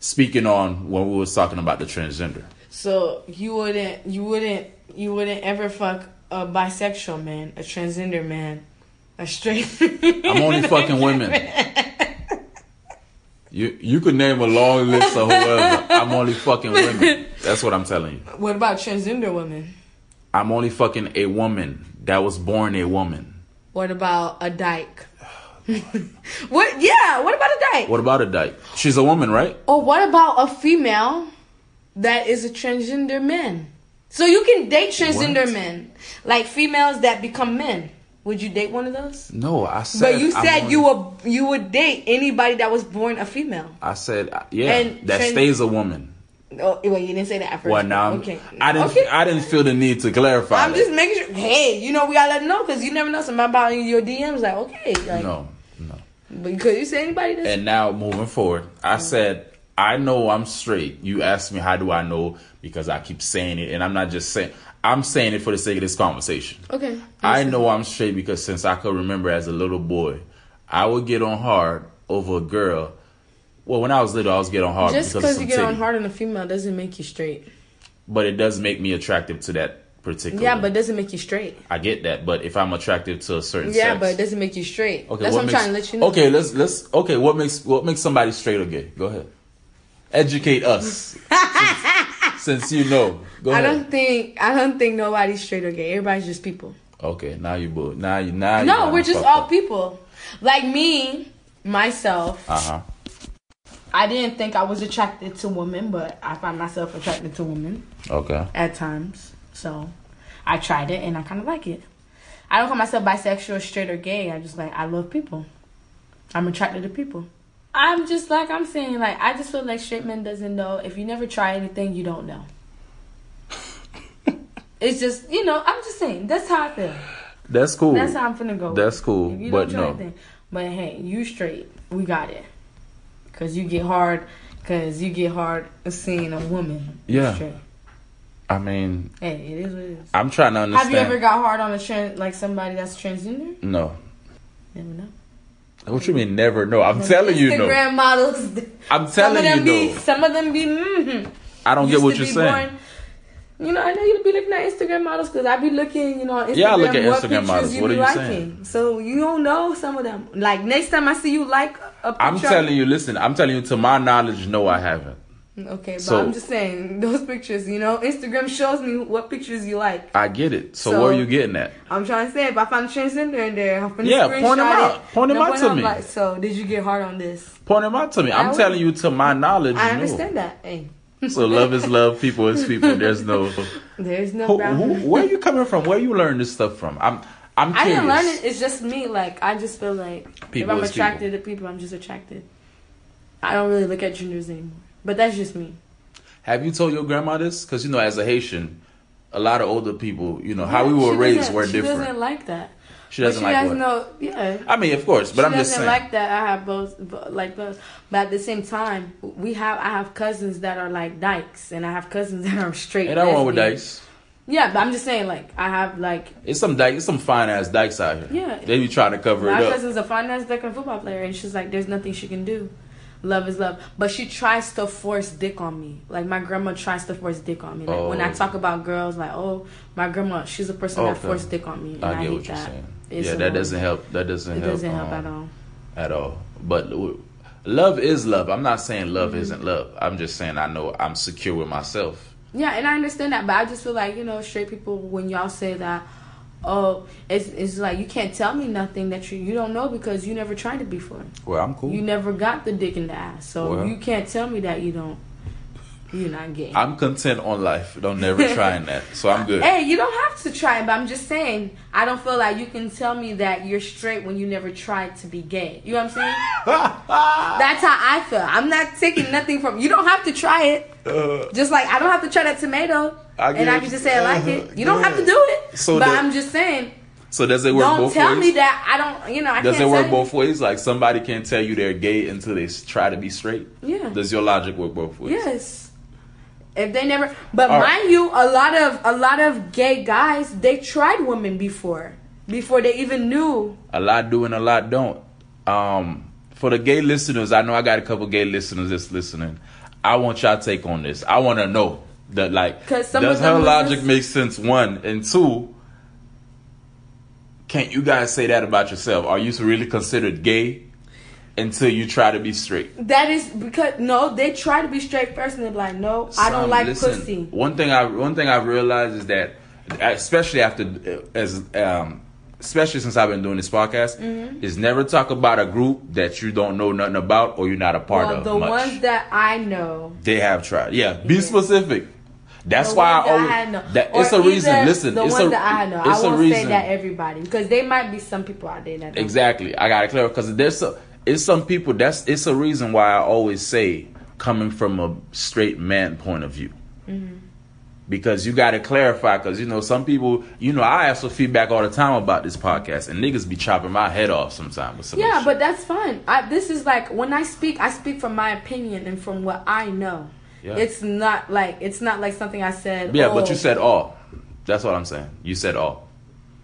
Speaker 1: Speaking on when we was talking about the transgender.
Speaker 2: So you wouldn't, you wouldn't, you wouldn't ever fuck a bisexual man, a transgender man, a straight.
Speaker 1: I'm only fucking women. You you could name a long list of whoever. I'm only fucking women. That's what I'm telling you.
Speaker 2: what about transgender women?
Speaker 1: I'm only fucking a woman that was born a woman.
Speaker 2: What about a dyke? what? Yeah. What about a dyke?
Speaker 1: What about a dyke? She's a woman, right?
Speaker 2: Or what about a female that is a transgender man? So you can date transgender
Speaker 1: What?
Speaker 2: men, like females that become men. Would you date one of those?
Speaker 1: No, I said.
Speaker 2: But you
Speaker 1: I'm
Speaker 2: said
Speaker 1: only-
Speaker 2: you would you would date anybody that was born a female.
Speaker 1: I said uh, yeah.
Speaker 2: And
Speaker 1: that
Speaker 2: trans-
Speaker 1: stays a woman.
Speaker 2: Oh, well, you didn't say that at first.
Speaker 1: Well, now I'm-
Speaker 2: okay.
Speaker 1: I didn't.
Speaker 2: Okay.
Speaker 1: I didn't feel the need to clarify.
Speaker 2: I'm
Speaker 1: that.
Speaker 2: just making sure. Hey, you know we gotta let them know because you never know somebody about in your DMs. Like, okay, like,
Speaker 1: no, no.
Speaker 2: because you say anybody that's
Speaker 1: And now moving forward, I
Speaker 2: Mm-hmm.
Speaker 1: said I know I'm straight. You asked me how do I know because I keep saying it, and I'm not just saying. I'm saying it for the sake of this conversation.
Speaker 2: okay.
Speaker 1: I know I'm straight because since I could remember as a little boy, I would get on hard over a girl. Well, when I was little, I was get on hard
Speaker 2: Just
Speaker 1: Oh,
Speaker 2: because
Speaker 1: because of some
Speaker 2: you get on
Speaker 1: titty.
Speaker 2: hard on a female doesn't make you straight.
Speaker 1: But it does make me attractive to that particular.
Speaker 2: Yeah, but it doesn't make you straight.
Speaker 1: I get that. But if I'm attractive to a certain
Speaker 2: Yeah,
Speaker 1: sex,
Speaker 2: but it doesn't make you straight.
Speaker 1: Okay,
Speaker 2: That's what I'm
Speaker 1: makes-
Speaker 2: trying to let you know.
Speaker 1: Okay, let's let's okay. What makes what makes somebody straight or gay? Go ahead, educate us since, since you know. Go
Speaker 2: I
Speaker 1: ahead.
Speaker 2: don't think I don't think nobody's straight or gay. Everybody's just people.
Speaker 1: Okay, now you bull. Now you now.
Speaker 2: No, we're just all people. Like me, myself,
Speaker 1: Uh huh.
Speaker 2: I didn't think I was attracted to women, but I find myself attracted to women
Speaker 1: Okay.
Speaker 2: at times. So I tried it and I kind of like it. I don't call myself bisexual, straight or gay. I just like I love people. I'm attracted to people. I'm just like I'm saying like I just feel like straight men doesn't know if you never try anything you don't know. it's just you know I'm just saying that's how I feel.
Speaker 1: That's cool.
Speaker 2: That's how I'm finna go.
Speaker 1: That's cool,
Speaker 2: If you
Speaker 1: but
Speaker 2: don't try
Speaker 1: no.
Speaker 2: anything. But hey, you straight. We got it. Cause you get hard. Cause you get hard seeing a woman.
Speaker 1: Yeah.
Speaker 2: Straight.
Speaker 1: I mean,
Speaker 2: Hey, it is what it is.
Speaker 1: I'm trying to
Speaker 2: Have
Speaker 1: understand.
Speaker 2: you ever got hard on a trans like somebody that's transgender?
Speaker 1: No.
Speaker 2: Never know.
Speaker 1: What you mean? Never. No. I'm telling you. No.
Speaker 2: Instagram models.
Speaker 1: I'm
Speaker 2: Some of
Speaker 1: telling you.
Speaker 2: them be.
Speaker 1: No.
Speaker 2: Some of them be. Mm-hmm.
Speaker 1: I don't get what you're saying.
Speaker 2: you know, I know you be looking at Instagram models because I be looking, you know, on Instagram.
Speaker 1: Yeah, I look at
Speaker 2: what
Speaker 1: Instagram
Speaker 2: pictures
Speaker 1: models.
Speaker 2: You
Speaker 1: What
Speaker 2: be
Speaker 1: are you
Speaker 2: liking.
Speaker 1: saying?
Speaker 2: So you don't know some of them. Like next time I see you like a picture,
Speaker 1: I'm telling you. Listen. I'm telling you. To my knowledge, no, I haven't.
Speaker 2: Okay, but
Speaker 1: So-
Speaker 2: I'm just saying those pictures. You know, Instagram shows me what pictures you like.
Speaker 1: I get it. So,
Speaker 2: So-
Speaker 1: where are you getting at?
Speaker 2: I'm trying to say if I find a transgender in there, I'm finna
Speaker 1: Yeah,
Speaker 2: screenshot
Speaker 1: point 'em
Speaker 2: it.
Speaker 1: out. Point 'em
Speaker 2: No,
Speaker 1: out to
Speaker 2: out,
Speaker 1: me.
Speaker 2: Like, so did you get hard on this?
Speaker 1: Point them out to me.
Speaker 2: I
Speaker 1: I'm
Speaker 2: would-
Speaker 1: telling you. To my knowledge,
Speaker 2: I
Speaker 1: no.
Speaker 2: understand that. Hey,
Speaker 1: So love is love, people is people. There's no. Who,
Speaker 2: there's no
Speaker 1: who,
Speaker 2: problem.
Speaker 1: where you coming from? Where you learn this stuff from? I'm. I'm
Speaker 2: I
Speaker 1: curious.
Speaker 2: didn't learn it. It's just me. Like I just feel like if
Speaker 1: People
Speaker 2: I'm
Speaker 1: is
Speaker 2: attracted to people, I'm just attracted. I don't really look at genders anymore. But that's just me.
Speaker 1: Have you told your grandma this? Because you know, as a Haitian, a lot of older people, you know, how we
Speaker 2: Yeah,
Speaker 1: were
Speaker 2: she
Speaker 1: raised
Speaker 2: doesn't-
Speaker 1: were
Speaker 2: she
Speaker 1: different.
Speaker 2: doesn't like that.
Speaker 1: she doesn't
Speaker 2: but she
Speaker 1: like
Speaker 2: has
Speaker 1: what?
Speaker 2: no. Yeah.
Speaker 1: I mean, of course, but
Speaker 2: she
Speaker 1: I'm just
Speaker 2: doesn't
Speaker 1: saying.
Speaker 2: like that. I have both, bo- like both. But at the same time, we have I have cousins that are like dykes, and I have cousins that are straight.
Speaker 1: Ain't nothing wrong with
Speaker 2: lesbians.
Speaker 1: dykes.
Speaker 2: Yeah, but I'm just saying, like I have like
Speaker 1: It's some dyke. It's some fine ass dykes out here.
Speaker 2: Yeah.
Speaker 1: They be trying to cover
Speaker 2: my
Speaker 1: it up.
Speaker 2: cousin's a finance Deccan football player, and she's like, there's nothing she can do. Love is love, but she tries to force dick on me. Like my grandma tries to force dick on me. Like when I
Speaker 1: Oh.
Speaker 2: talk about girls, like oh my grandma, she's a person that
Speaker 1: Okay.
Speaker 2: forced dick on me. And I,
Speaker 1: I get
Speaker 2: hate
Speaker 1: what you're
Speaker 2: that.
Speaker 1: saying.
Speaker 2: It's
Speaker 1: yeah, that
Speaker 2: annoying.
Speaker 1: doesn't help. That doesn't
Speaker 2: It
Speaker 1: help.
Speaker 2: doesn't help
Speaker 1: um,
Speaker 2: at all.
Speaker 1: at all. But w- love is love. I'm not saying love
Speaker 2: Mm-hmm.
Speaker 1: isn't love. I'm just saying I know I'm secure with myself.
Speaker 2: Yeah, and I understand that, but I just feel like you know, straight people when y'all say that, oh, it's it's like you can't tell me nothing that you you don't know because you never tried it before.
Speaker 1: Well, I'm cool.
Speaker 2: You never got the dick in the ass, so
Speaker 1: Well.
Speaker 2: you can't tell me that you don't. You're not gay.
Speaker 1: I'm content on life. Don't never trying that. So I'm good.
Speaker 2: Hey, you don't have to try it, but I'm just saying, I don't feel like you can tell me that you're straight when you never tried to be gay. You know what I'm saying? That's how I feel. I'm not taking nothing from you. Don't have to try it. Just like I don't have to try that tomato,
Speaker 1: I get
Speaker 2: and I
Speaker 1: what
Speaker 2: can
Speaker 1: you-
Speaker 2: just say I like
Speaker 1: uh-huh,
Speaker 2: it. You don't
Speaker 1: yeah.
Speaker 2: have to do it.
Speaker 1: So
Speaker 2: but
Speaker 1: the-
Speaker 2: I'm just saying,
Speaker 1: so does it work
Speaker 2: don't
Speaker 1: both
Speaker 2: tell
Speaker 1: ways?
Speaker 2: me that I don't. You know, I
Speaker 1: does it
Speaker 2: can't
Speaker 1: work
Speaker 2: tell you.
Speaker 1: both ways? Like somebody can tell you they're gay until they s- try to be straight.
Speaker 2: Yeah.
Speaker 1: Does your logic work both ways?
Speaker 2: Yes. If they never, but
Speaker 1: All right.
Speaker 2: mind you, a lot of a lot of gay guys they tried women before before they even knew.
Speaker 1: A lot do and a lot don't. Um, for the gay listeners, I know I got a couple gay listeners that's listening. I want y'all take on this. I want to know that like
Speaker 2: 'Cause some
Speaker 1: does
Speaker 2: of them
Speaker 1: her
Speaker 2: was
Speaker 1: logic
Speaker 2: just-
Speaker 1: make sense? One and two. Can't you guys say that about yourself? Are you really considered gay until you try to be straight?
Speaker 2: That is because no, they try to be straight first and they're like, no, I
Speaker 1: Son,
Speaker 2: don't like
Speaker 1: listen,
Speaker 2: pussy.
Speaker 1: One thing I one thing I realized is that especially after as um, especially since I've been doing this podcast,
Speaker 2: Mm-hmm.
Speaker 1: is never talk about a group that you don't know nothing about or you're not a part
Speaker 2: Well,
Speaker 1: of
Speaker 2: the
Speaker 1: much.
Speaker 2: ones that I know.
Speaker 1: they have tried. Yeah, be
Speaker 2: Yeah.
Speaker 1: specific. That's
Speaker 2: the
Speaker 1: why
Speaker 2: ones
Speaker 1: I
Speaker 2: that
Speaker 1: always.
Speaker 2: had known.
Speaker 1: that,
Speaker 2: Or
Speaker 1: it's a
Speaker 2: either
Speaker 1: reason. Listen,
Speaker 2: the
Speaker 1: it's
Speaker 2: ones
Speaker 1: a
Speaker 2: that I know.
Speaker 1: it's
Speaker 2: I
Speaker 1: a
Speaker 2: won't
Speaker 1: reason.
Speaker 2: say that everybody because they might be some people out there that don't.
Speaker 1: Exactly. I gotta clarify because there's a, it's some people that's it's a reason why I always say coming from a straight man point of view.
Speaker 2: Mm-hmm.
Speaker 1: Because you gotta clarify, because you know some people, you know, I ask for feedback all the time about this podcast, and niggas be chopping my head off sometimes. With some of
Speaker 2: Yeah,
Speaker 1: this
Speaker 2: but that's fine. I, this is like when I speak, I speak from my opinion and from what I know.
Speaker 1: Yeah.
Speaker 2: It's not like it's not like something I said.
Speaker 1: shit. yeah,
Speaker 2: oh.
Speaker 1: but you said all. That's what I'm saying. You said all.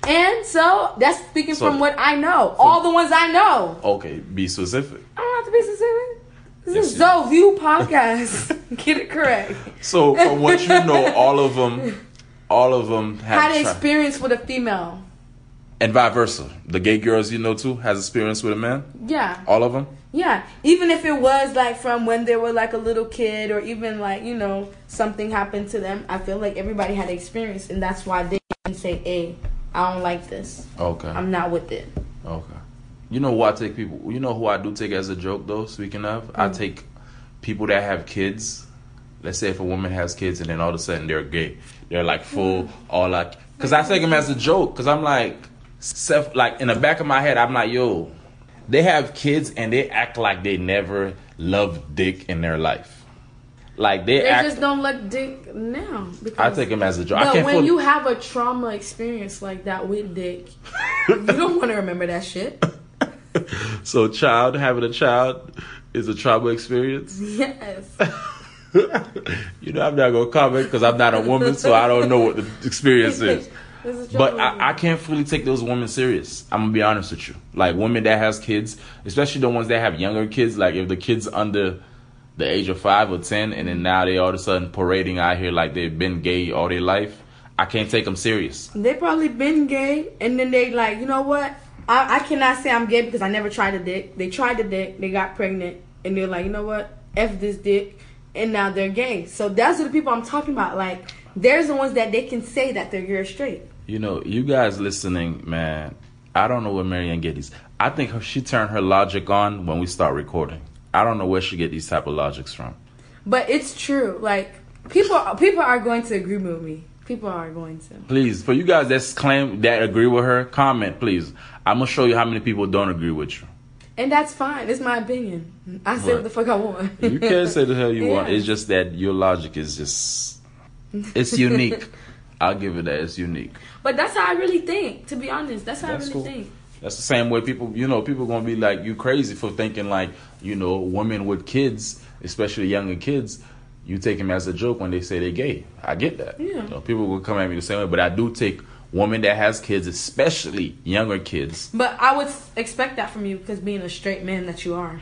Speaker 2: And so that's speaking
Speaker 1: So-
Speaker 2: from what I know. All the ones I know.
Speaker 1: Okay, be specific.
Speaker 2: I don't have to be specific. This
Speaker 1: Yes,
Speaker 2: is
Speaker 1: you do.
Speaker 2: Zoe View podcast. Get it correct.
Speaker 1: So from what you know, all of them, all of them have
Speaker 2: Had an
Speaker 1: tried-
Speaker 2: experience with a female.
Speaker 1: and vice versa. The gay girls you know too has experience with a man.
Speaker 2: Yeah.
Speaker 1: All of them.
Speaker 2: Yeah, even if it was like from when they were like a little kid, or even like you know something happened to them, I feel like everybody had experience, and that's why they can say, "Hey, I don't like this.
Speaker 1: Okay.
Speaker 2: I'm not with it."
Speaker 1: Okay. You know who I take people. You know who I do take as a joke though. Speaking of, I
Speaker 2: Mm.
Speaker 1: take people that have kids. Let's say if a woman has kids and then all of a sudden they're gay, they're like
Speaker 2: Mm.
Speaker 1: full all like. Cause I take them as a joke. Cause I'm like, self like in the back of my head, I'm like, yo, they have kids and they act like they never loved dick in their life. Like they,
Speaker 2: They
Speaker 1: act.
Speaker 2: just don't let dick now.
Speaker 1: I
Speaker 2: Because,
Speaker 1: take them as a joke. I
Speaker 2: But
Speaker 1: can't
Speaker 2: when
Speaker 1: fully-
Speaker 2: you have a trauma experience like that with dick, you don't want to remember that shit.
Speaker 1: so child having a child is a trauma experience.
Speaker 2: Yes.
Speaker 1: you know, I'm not gonna comment because I'm not a woman, so I don't know what the experience is.
Speaker 2: This is
Speaker 1: But
Speaker 2: trauma
Speaker 1: I, I can't fully take those women serious. I'm gonna be honest with you. Like women that has kids, especially the ones that have younger kids. Like if the kids under the age of five or ten, and then now they all of a sudden parading out here like they've been gay all their life. I can't take them serious.
Speaker 2: They probably been gay, and then they like, you know what? I, I cannot say I'm gay because I never tried a dick. They tried the dick, they got pregnant, and they're like, you know what? F this dick, and now they're gay. So those are the people I'm talking about. Like, there's the ones that they can say that they're gay or straight.
Speaker 1: You know, you guys listening, man. I don't know where Marianne get these. I think her, she turned her logic on when we start recording. I don't know where she get these type of logics from.
Speaker 2: But it's true. Like, people people are going to agree with me. People are going to.
Speaker 1: Please, for you guys that's claim that agree with her, comment please. I'm gonna show you how many people don't agree with you.
Speaker 2: And that's fine. It's my opinion. I say
Speaker 1: Right.
Speaker 2: what the fuck I want.
Speaker 1: You can say the hell you want.
Speaker 2: Yeah.
Speaker 1: It's just that your logic is just it's unique. I'll give it that. It's unique.
Speaker 2: But that's how I really think, to be honest. That's how
Speaker 1: That's
Speaker 2: I really
Speaker 1: cool.
Speaker 2: think.
Speaker 1: That's the same way people, you know, people gonna be like you crazy for thinking like you know women with kids, especially younger kids. You take them as a joke when they say they're gay. I get that.
Speaker 2: Yeah.
Speaker 1: You know, people will come at me the same way, but I do take women that has kids, especially younger kids.
Speaker 2: But I would s- expect that from you because being a straight man that you are.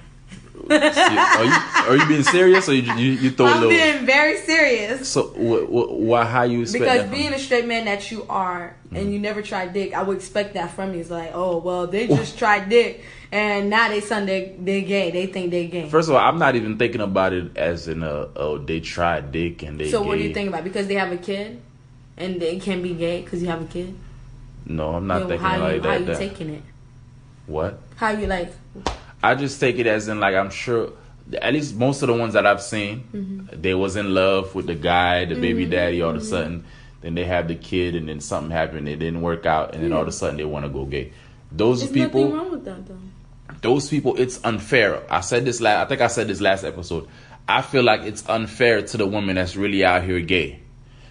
Speaker 1: are, you, are you being serious or you you, you throw a
Speaker 2: I'm
Speaker 1: little?
Speaker 2: being very serious.
Speaker 1: so wh- wh- why how you Mm-hmm. expect
Speaker 2: Because
Speaker 1: that from-
Speaker 2: being a straight man that you are and you never tried dick, I would expect that from you. It's like, oh well they just tried dick and now they Sunday they gay. They think they gay.
Speaker 1: First of all, I'm not even thinking about it as in a oh they tried dick and they.
Speaker 2: so what do
Speaker 1: gay.
Speaker 2: you think about? Because they have a kid and they can't be gay because you have a kid?
Speaker 1: No, I'm not
Speaker 2: Then
Speaker 1: thinking
Speaker 2: how
Speaker 1: like
Speaker 2: you,
Speaker 1: that.
Speaker 2: how you
Speaker 1: that-
Speaker 2: taking it?
Speaker 1: what?
Speaker 2: How you like
Speaker 1: I just take it as in like I'm sure at least most of the ones that I've seen,
Speaker 2: Mm-hmm.
Speaker 1: they was in love with the guy, the baby daddy. All of a sudden, then they have the kid, and then something happened. It didn't work out, and then all of a sudden they want to go gay. Those
Speaker 2: there's
Speaker 1: people,
Speaker 2: nothing wrong with that though.
Speaker 1: those people, it's unfair. I said this last. I think I said this last episode. I feel like it's unfair to the women that's really out here gay,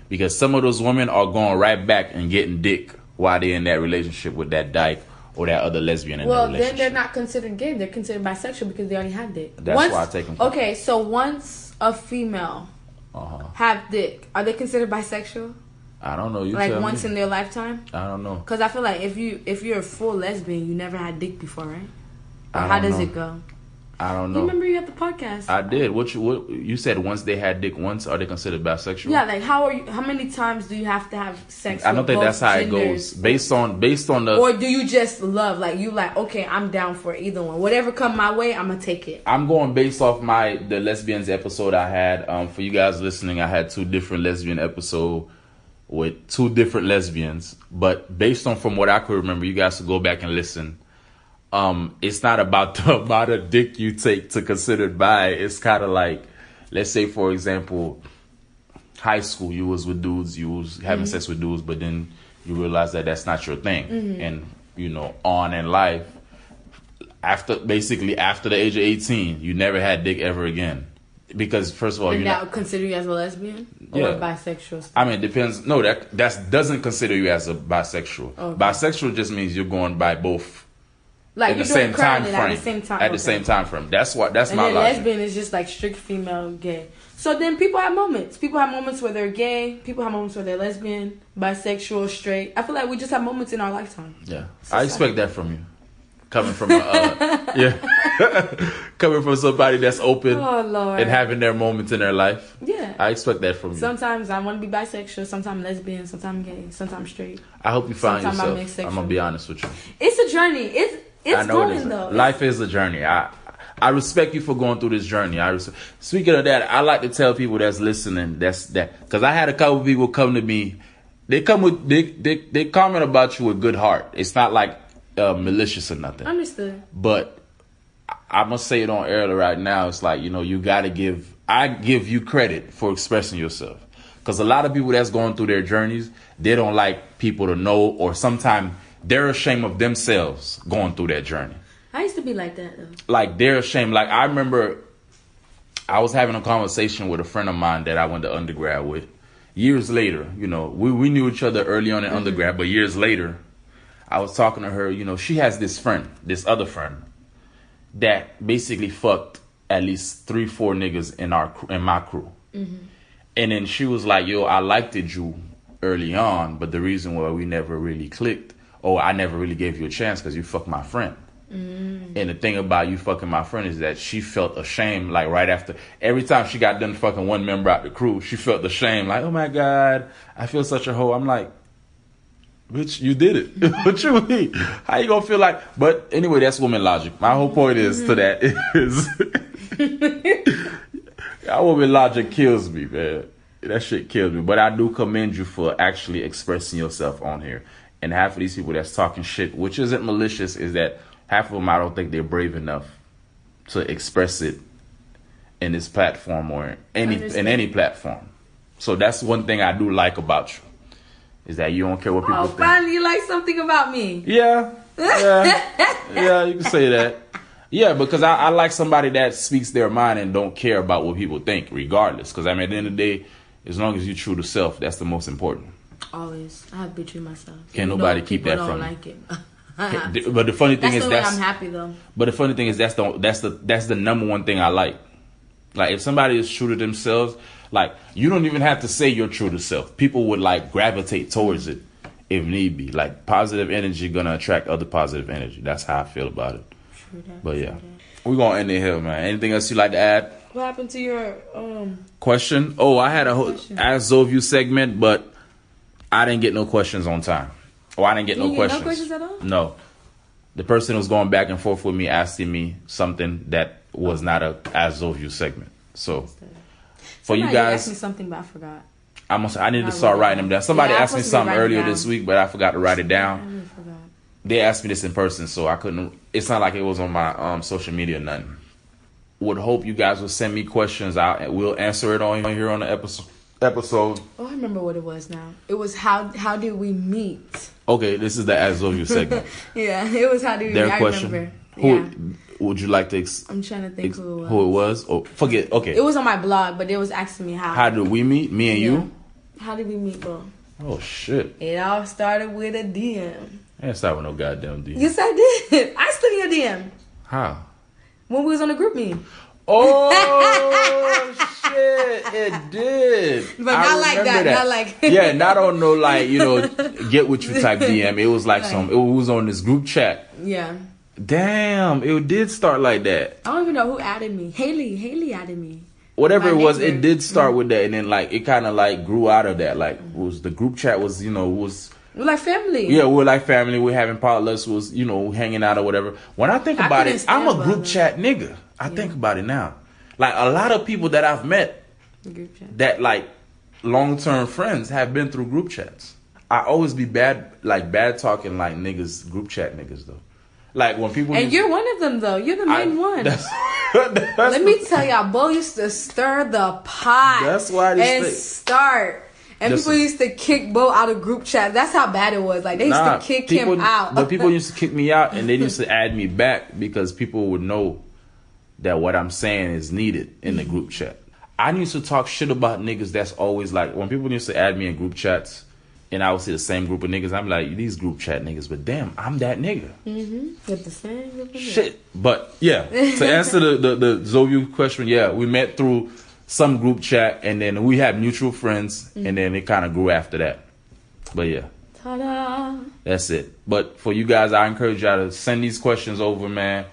Speaker 1: because some of those women are going right back and getting dick while they're in that relationship with that dyke or that other lesbian in
Speaker 2: Well, then
Speaker 1: the relationship.
Speaker 2: they're not considered gay. They're considered bisexual because they already had dick.
Speaker 1: That's
Speaker 2: once,
Speaker 1: why I take 'em.
Speaker 2: Okay, so once a female
Speaker 1: Uh-huh.
Speaker 2: have dick, are they considered bisexual?
Speaker 1: I don't know. You
Speaker 2: like
Speaker 1: tell
Speaker 2: once
Speaker 1: me.
Speaker 2: in their lifetime?
Speaker 1: I don't know.
Speaker 2: Because I feel like if you if you're a full lesbian, you never had dick before, right? Or
Speaker 1: I
Speaker 2: how
Speaker 1: don't
Speaker 2: does
Speaker 1: know.
Speaker 2: it go?
Speaker 1: I don't
Speaker 2: You
Speaker 1: know.
Speaker 2: remember you at the podcast?
Speaker 1: I did. What you what you said once they had dick once, are they considered bisexual?
Speaker 2: yeah, like how are you? How many times do you have to have sex?
Speaker 1: I don't
Speaker 2: with
Speaker 1: think
Speaker 2: both
Speaker 1: that's how
Speaker 2: genders?
Speaker 1: it goes. Based on based on the
Speaker 2: Or do you just love? Like you like okay, I'm down for either one. Whatever come my way, I'm gonna take it.
Speaker 1: I'm going based off my the lesbians episode I had. Um, for you guys listening, I had two different lesbian episode with two different lesbians, but based on from what I could remember, you guys should go back and listen. Um, it's not about the amount of dick you take to consider bi. It's kind of like, let's say for example, high school you was with dudes, you was
Speaker 2: Mm-hmm.
Speaker 1: having sex with dudes, but then you realize that that's not your thing,
Speaker 2: Mm-hmm.
Speaker 1: and you know on in life, after basically after the age of eighteen, you never had dick ever again, because first of all,
Speaker 2: And
Speaker 1: you're
Speaker 2: that
Speaker 1: not.
Speaker 2: would consider you as a lesbian or
Speaker 1: Yeah.
Speaker 2: a bisexual.
Speaker 1: I mean, it depends. No, that that doesn't consider you as a bisexual.
Speaker 2: Okay.
Speaker 1: Bisexual just means you're going by both
Speaker 2: Like
Speaker 1: at the
Speaker 2: you're doing
Speaker 1: same time
Speaker 2: currently
Speaker 1: frame.
Speaker 2: like, at the same time.
Speaker 1: At the
Speaker 2: okay.
Speaker 1: same time frame. That's what. That's
Speaker 2: And
Speaker 1: my
Speaker 2: then
Speaker 1: logic.
Speaker 2: lesbian is just like strict female gay. So then people have moments. People have moments where they're gay. People have moments where they're lesbian, bisexual, straight. I feel like we just have moments in our lifetime.
Speaker 1: Yeah,
Speaker 2: So
Speaker 1: I
Speaker 2: sorry.
Speaker 1: expect that from you. Coming from a, uh, yeah, coming from somebody that's open
Speaker 2: Oh lord.
Speaker 1: and having their moments in their life.
Speaker 2: yeah.
Speaker 1: I expect that from you.
Speaker 2: sometimes I want to be bisexual. Sometimes lesbian. Sometimes gay. Sometimes straight.
Speaker 1: I hope you find
Speaker 2: sometimes I'm
Speaker 1: yourself. I'm,
Speaker 2: asexual.
Speaker 1: gonna be honest with you.
Speaker 2: It's a journey. It's it's
Speaker 1: I know it
Speaker 2: going
Speaker 1: is.
Speaker 2: though.
Speaker 1: Life is a journey. I I respect you for going through this journey. I res- speaking of that, I like to tell people that's listening that's that because I had a couple people come to me. They come with they they they comment about you with good heart. It's not like uh, malicious or nothing.
Speaker 2: Understood.
Speaker 1: But I'm gonna say it on air right now. It's like you know you gotta give. I give you credit for expressing yourself because a lot of people that's going through their journeys, they don't like people to know, or sometimes they're ashamed of themselves going through that journey.
Speaker 2: I used to be like that though.
Speaker 1: Like they're ashamed. Like I remember, I was having a conversation with a friend of mine that I went to undergrad with. Years later, you know, we we knew each other early on in undergrad, but years later, I was talking to her, you know, she has this friend, this other friend, that basically fucked at least three, four niggas in our cr- in my crew. And then she was like, "Yo, I liked it you early on, but the reason why we never really clicked, or I never really gave you a chance, because you fucked my friend." And the thing about you fucking my friend is that she felt ashamed, like right after every time she got done fucking one member out the crew, she felt the shame, like, "Oh my god, I feel such a hoe." I'm like, Bitch, you did it. what you mean? How you gonna feel like? But anyway, that's woman logic. My whole point is to that is that woman logic kills me, man. That shit kills me. But I do commend you for actually expressing yourself on here. And half of these people that's talking shit, which isn't malicious, is that half of them I don't think they're brave enough to express it in this platform or any in
Speaker 2: Understand.
Speaker 1: any platform. So that's one thing I do like about you. Is that you don't care what people
Speaker 2: Oh,
Speaker 1: think.
Speaker 2: finally you like something about me.
Speaker 1: Yeah. Yeah. yeah, you can say that. Yeah, because I, I like somebody that speaks their mind and don't care about what people think, regardless. Because I mean, at the end of the day, as long as you true to self, that's the most important.
Speaker 2: Always, I have been true to myself. Even
Speaker 1: Can't nobody
Speaker 2: though
Speaker 1: keep
Speaker 2: people
Speaker 1: that
Speaker 2: don't
Speaker 1: from me.
Speaker 2: like it.
Speaker 1: But the funny thing
Speaker 2: that's
Speaker 1: is
Speaker 2: the way
Speaker 1: that's
Speaker 2: I'm happy though.
Speaker 1: but the funny thing is that's the that's the that's the number one thing I like. Like if somebody is true to themselves, like you don't even have to say you're true to self. People would like gravitate towards it if need be. Like positive energy gonna attract other positive energy. That's how I feel about it.
Speaker 2: True that,
Speaker 1: But
Speaker 2: true
Speaker 1: yeah,
Speaker 2: that.
Speaker 1: we're gonna end it here, man. Anything else you like to add?
Speaker 2: What happened to your um?
Speaker 1: Question? Oh, I had a whole
Speaker 2: Question.
Speaker 1: Ask Zoview segment, but I didn't get no questions on time. Oh, I didn't get
Speaker 2: You
Speaker 1: no
Speaker 2: didn't get no questions
Speaker 1: questions.
Speaker 2: at all?
Speaker 1: No. The person was going back and forth with me asking me something that was not a Ask Zoview segment. So for you
Speaker 2: Somebody asked me
Speaker 1: guys,
Speaker 2: something, but I forgot.
Speaker 1: I must. I need to
Speaker 2: I
Speaker 1: start
Speaker 2: wrote it
Speaker 1: writing
Speaker 2: down.
Speaker 1: them down. Somebody
Speaker 2: Yeah, I
Speaker 1: asked me
Speaker 2: supposed to
Speaker 1: something
Speaker 2: write it
Speaker 1: earlier
Speaker 2: down.
Speaker 1: this week, but I forgot to write it
Speaker 2: I
Speaker 1: down.
Speaker 2: really forgot.
Speaker 1: they asked me this in person, so I couldn't. It's not like it was on my um, social media, or nothing. Would hope you guys will send me questions. I will answer it on here on the episode. Episode.
Speaker 2: Oh, I remember what it was now. It was how how did we meet?
Speaker 1: Okay, this is the as of you segment.
Speaker 2: Yeah, it was how did we meet.
Speaker 1: Their
Speaker 2: I
Speaker 1: question.
Speaker 2: remember.
Speaker 1: Who
Speaker 2: yeah,
Speaker 1: would you like to ex-
Speaker 2: I'm trying to think
Speaker 1: ex-
Speaker 2: who it was.
Speaker 1: who it was? Or forget. Okay,
Speaker 2: It was on my blog, but it was asking me how.
Speaker 1: how do we meet? Me and
Speaker 2: Yeah.
Speaker 1: you.
Speaker 2: How did we meet, bro?
Speaker 1: Oh shit!
Speaker 2: It all started with a DM.
Speaker 1: I ain't starting with no goddamn D.
Speaker 2: Yes, I did. I slid in your DM
Speaker 1: How?
Speaker 2: when we was on the group meeting.
Speaker 1: Oh shit! It did.
Speaker 2: But
Speaker 1: I
Speaker 2: not like
Speaker 1: remember
Speaker 2: that, not like-
Speaker 1: yeah, not on no like you know get with you type DM. It was like, some. It was on this group chat.
Speaker 2: Yeah.
Speaker 1: Damn, it did start like that.
Speaker 2: I don't even know who added me. Haley, Haley added me.
Speaker 1: Whatever
Speaker 2: My
Speaker 1: it was,
Speaker 2: neighbor. Mm.
Speaker 1: it did start with that, and then like it kind of like grew out of that. Like was the group chat was you know was
Speaker 2: We're like family.
Speaker 1: yeah we were like family. We are having potlucks. Was you know hanging out or whatever. When I think
Speaker 2: I
Speaker 1: about
Speaker 2: couldn't
Speaker 1: it, I'm a
Speaker 2: stand
Speaker 1: group
Speaker 2: bothering.
Speaker 1: chat nigga. I think about it now. Like a lot of people that I've met
Speaker 2: Group chat.
Speaker 1: that like long term friends have been through group chats. I always be bad, like bad talking, like niggas, group chat niggas though. Like when people
Speaker 2: And
Speaker 1: use-
Speaker 2: you're one of them though. You're the main
Speaker 1: I-
Speaker 2: one.
Speaker 1: That's, that's-
Speaker 2: Let me tell y'all, Bo used to stir the pot.
Speaker 1: That's why these
Speaker 2: and
Speaker 1: things-
Speaker 2: start. And
Speaker 1: Listen.
Speaker 2: people used to kick Bo out of group chat. That's how bad it was. Like they used
Speaker 1: Nah,
Speaker 2: to kick
Speaker 1: people-
Speaker 2: him out.
Speaker 1: But people used to kick me out, and they used to add me back because people would know that what I'm saying is needed in the group chat. I used to talk shit about niggas. That's always like when people used to add me in group chats, and I would see the same group of niggas. I'm like these group chat niggas, but damn, I'm that nigga.
Speaker 2: With the same little bit.
Speaker 1: Shit. But yeah, to answer the the, the Zoview question, yeah, we met through some group chat, and then we had mutual friends, and then it kind of grew after that. But yeah.
Speaker 2: Ta-da.
Speaker 1: That's it. But for you guys, I encourage y'all to send these questions over, man.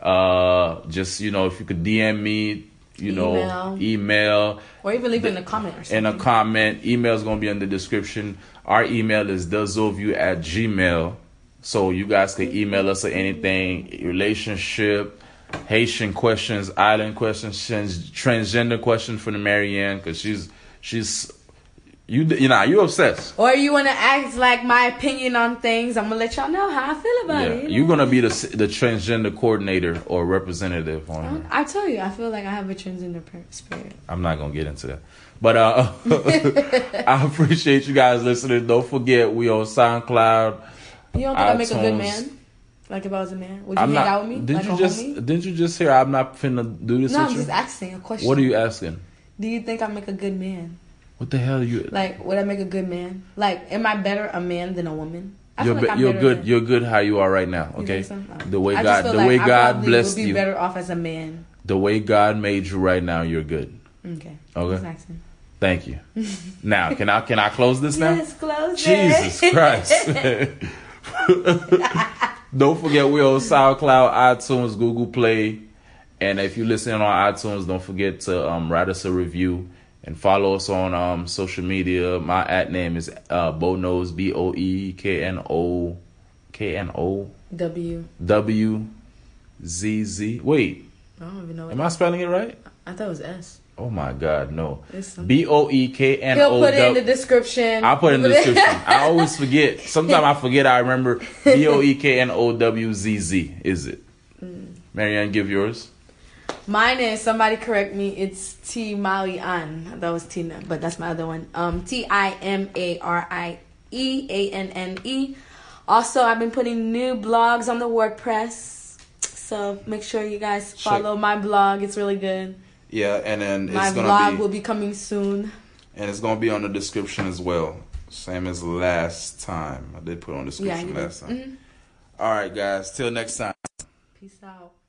Speaker 1: Uh, just you know, if you could DM me, you know,
Speaker 2: Email.
Speaker 1: email
Speaker 2: Or even leave it in a comment or
Speaker 1: and uh,
Speaker 2: something.
Speaker 1: a comment. Email's gonna be in the description. Our email is thezoview at gmail. So you guys can email us or anything, relationship, Haitian questions, island questions, trans- transgender questions for the Marianne, because she's she's you you know you obsessed.
Speaker 2: or you wanna ask like my opinion on things, I'm gonna let y'all know how I feel about
Speaker 1: Yeah,
Speaker 2: it.
Speaker 1: you're gonna be the the transgender coordinator or representative on. here.
Speaker 2: I tell you, I feel like I have a transgender per- spirit.
Speaker 1: I'm not gonna get into that, but uh, I appreciate you guys listening. Don't forget we on SoundCloud.
Speaker 2: You don't think I make a good
Speaker 1: iTunes.
Speaker 2: man? Like if I was a man, would you
Speaker 1: I'm
Speaker 2: hang
Speaker 1: not.
Speaker 2: out with me?
Speaker 1: Did
Speaker 2: like
Speaker 1: you
Speaker 2: a
Speaker 1: just
Speaker 2: homie?
Speaker 1: didn't you just hear I'm not finna do this?
Speaker 2: No,
Speaker 1: with
Speaker 2: I'm
Speaker 1: you?
Speaker 2: just asking a question.
Speaker 1: What are you asking?
Speaker 2: Do you think I make a good man?
Speaker 1: What the hell are you?
Speaker 2: Like, would I make a good man? Like, am I better a man than a woman? I
Speaker 1: you're
Speaker 2: feel like
Speaker 1: be-
Speaker 2: I'm
Speaker 1: you're
Speaker 2: better
Speaker 1: good.
Speaker 2: than-
Speaker 1: You're good how you are right now.
Speaker 2: you
Speaker 1: Okay,
Speaker 2: think so? No.
Speaker 1: the way
Speaker 2: I just
Speaker 1: God
Speaker 2: feel
Speaker 1: the
Speaker 2: like
Speaker 1: way
Speaker 2: I
Speaker 1: God
Speaker 2: probably
Speaker 1: blessed
Speaker 2: would be
Speaker 1: you,
Speaker 2: better off as a man.
Speaker 1: the way God made you right now, you're good.
Speaker 2: Okay. That's
Speaker 1: Okay.
Speaker 2: nice.
Speaker 1: Thank you. now can I can I close this now?
Speaker 2: Yes, close it.
Speaker 1: Jesus Christ. don't forget we're on SoundCloud, iTunes, Google Play. And if you listen on iTunes, don't forget to um, write us a review and follow us on um, social media. My at name is uh, Bonos, B O E K N O K N O
Speaker 2: W.
Speaker 1: W Z Z. Wait,
Speaker 2: I don't even know. What
Speaker 1: am I spelling it right?
Speaker 2: I thought it was S.
Speaker 1: Oh my God, no.
Speaker 2: It's something.
Speaker 1: B O E K N
Speaker 2: He'll
Speaker 1: O
Speaker 2: put it in the
Speaker 1: W.
Speaker 2: description.
Speaker 1: I'll put it in the description. I always forget. Sometimes I forget I remember B O E K N O W Z Z, is it?
Speaker 2: Mm.
Speaker 1: Marianne, give yours.
Speaker 2: Mine is somebody correct me. It's T Mali An. That was Tina, but that's my other one. Um, T I M A R I E A N N E. Also, I've been putting new blogs on the WordPress, so make sure you guys follow my blog. It's really good.
Speaker 1: Yeah, and then it's
Speaker 2: My blog will be coming soon.
Speaker 1: and it's gonna be on the description as well. Same as last time. I did put on
Speaker 2: Yeah, you did. Mhm.
Speaker 1: All right, guys. Till next time.
Speaker 2: Peace out.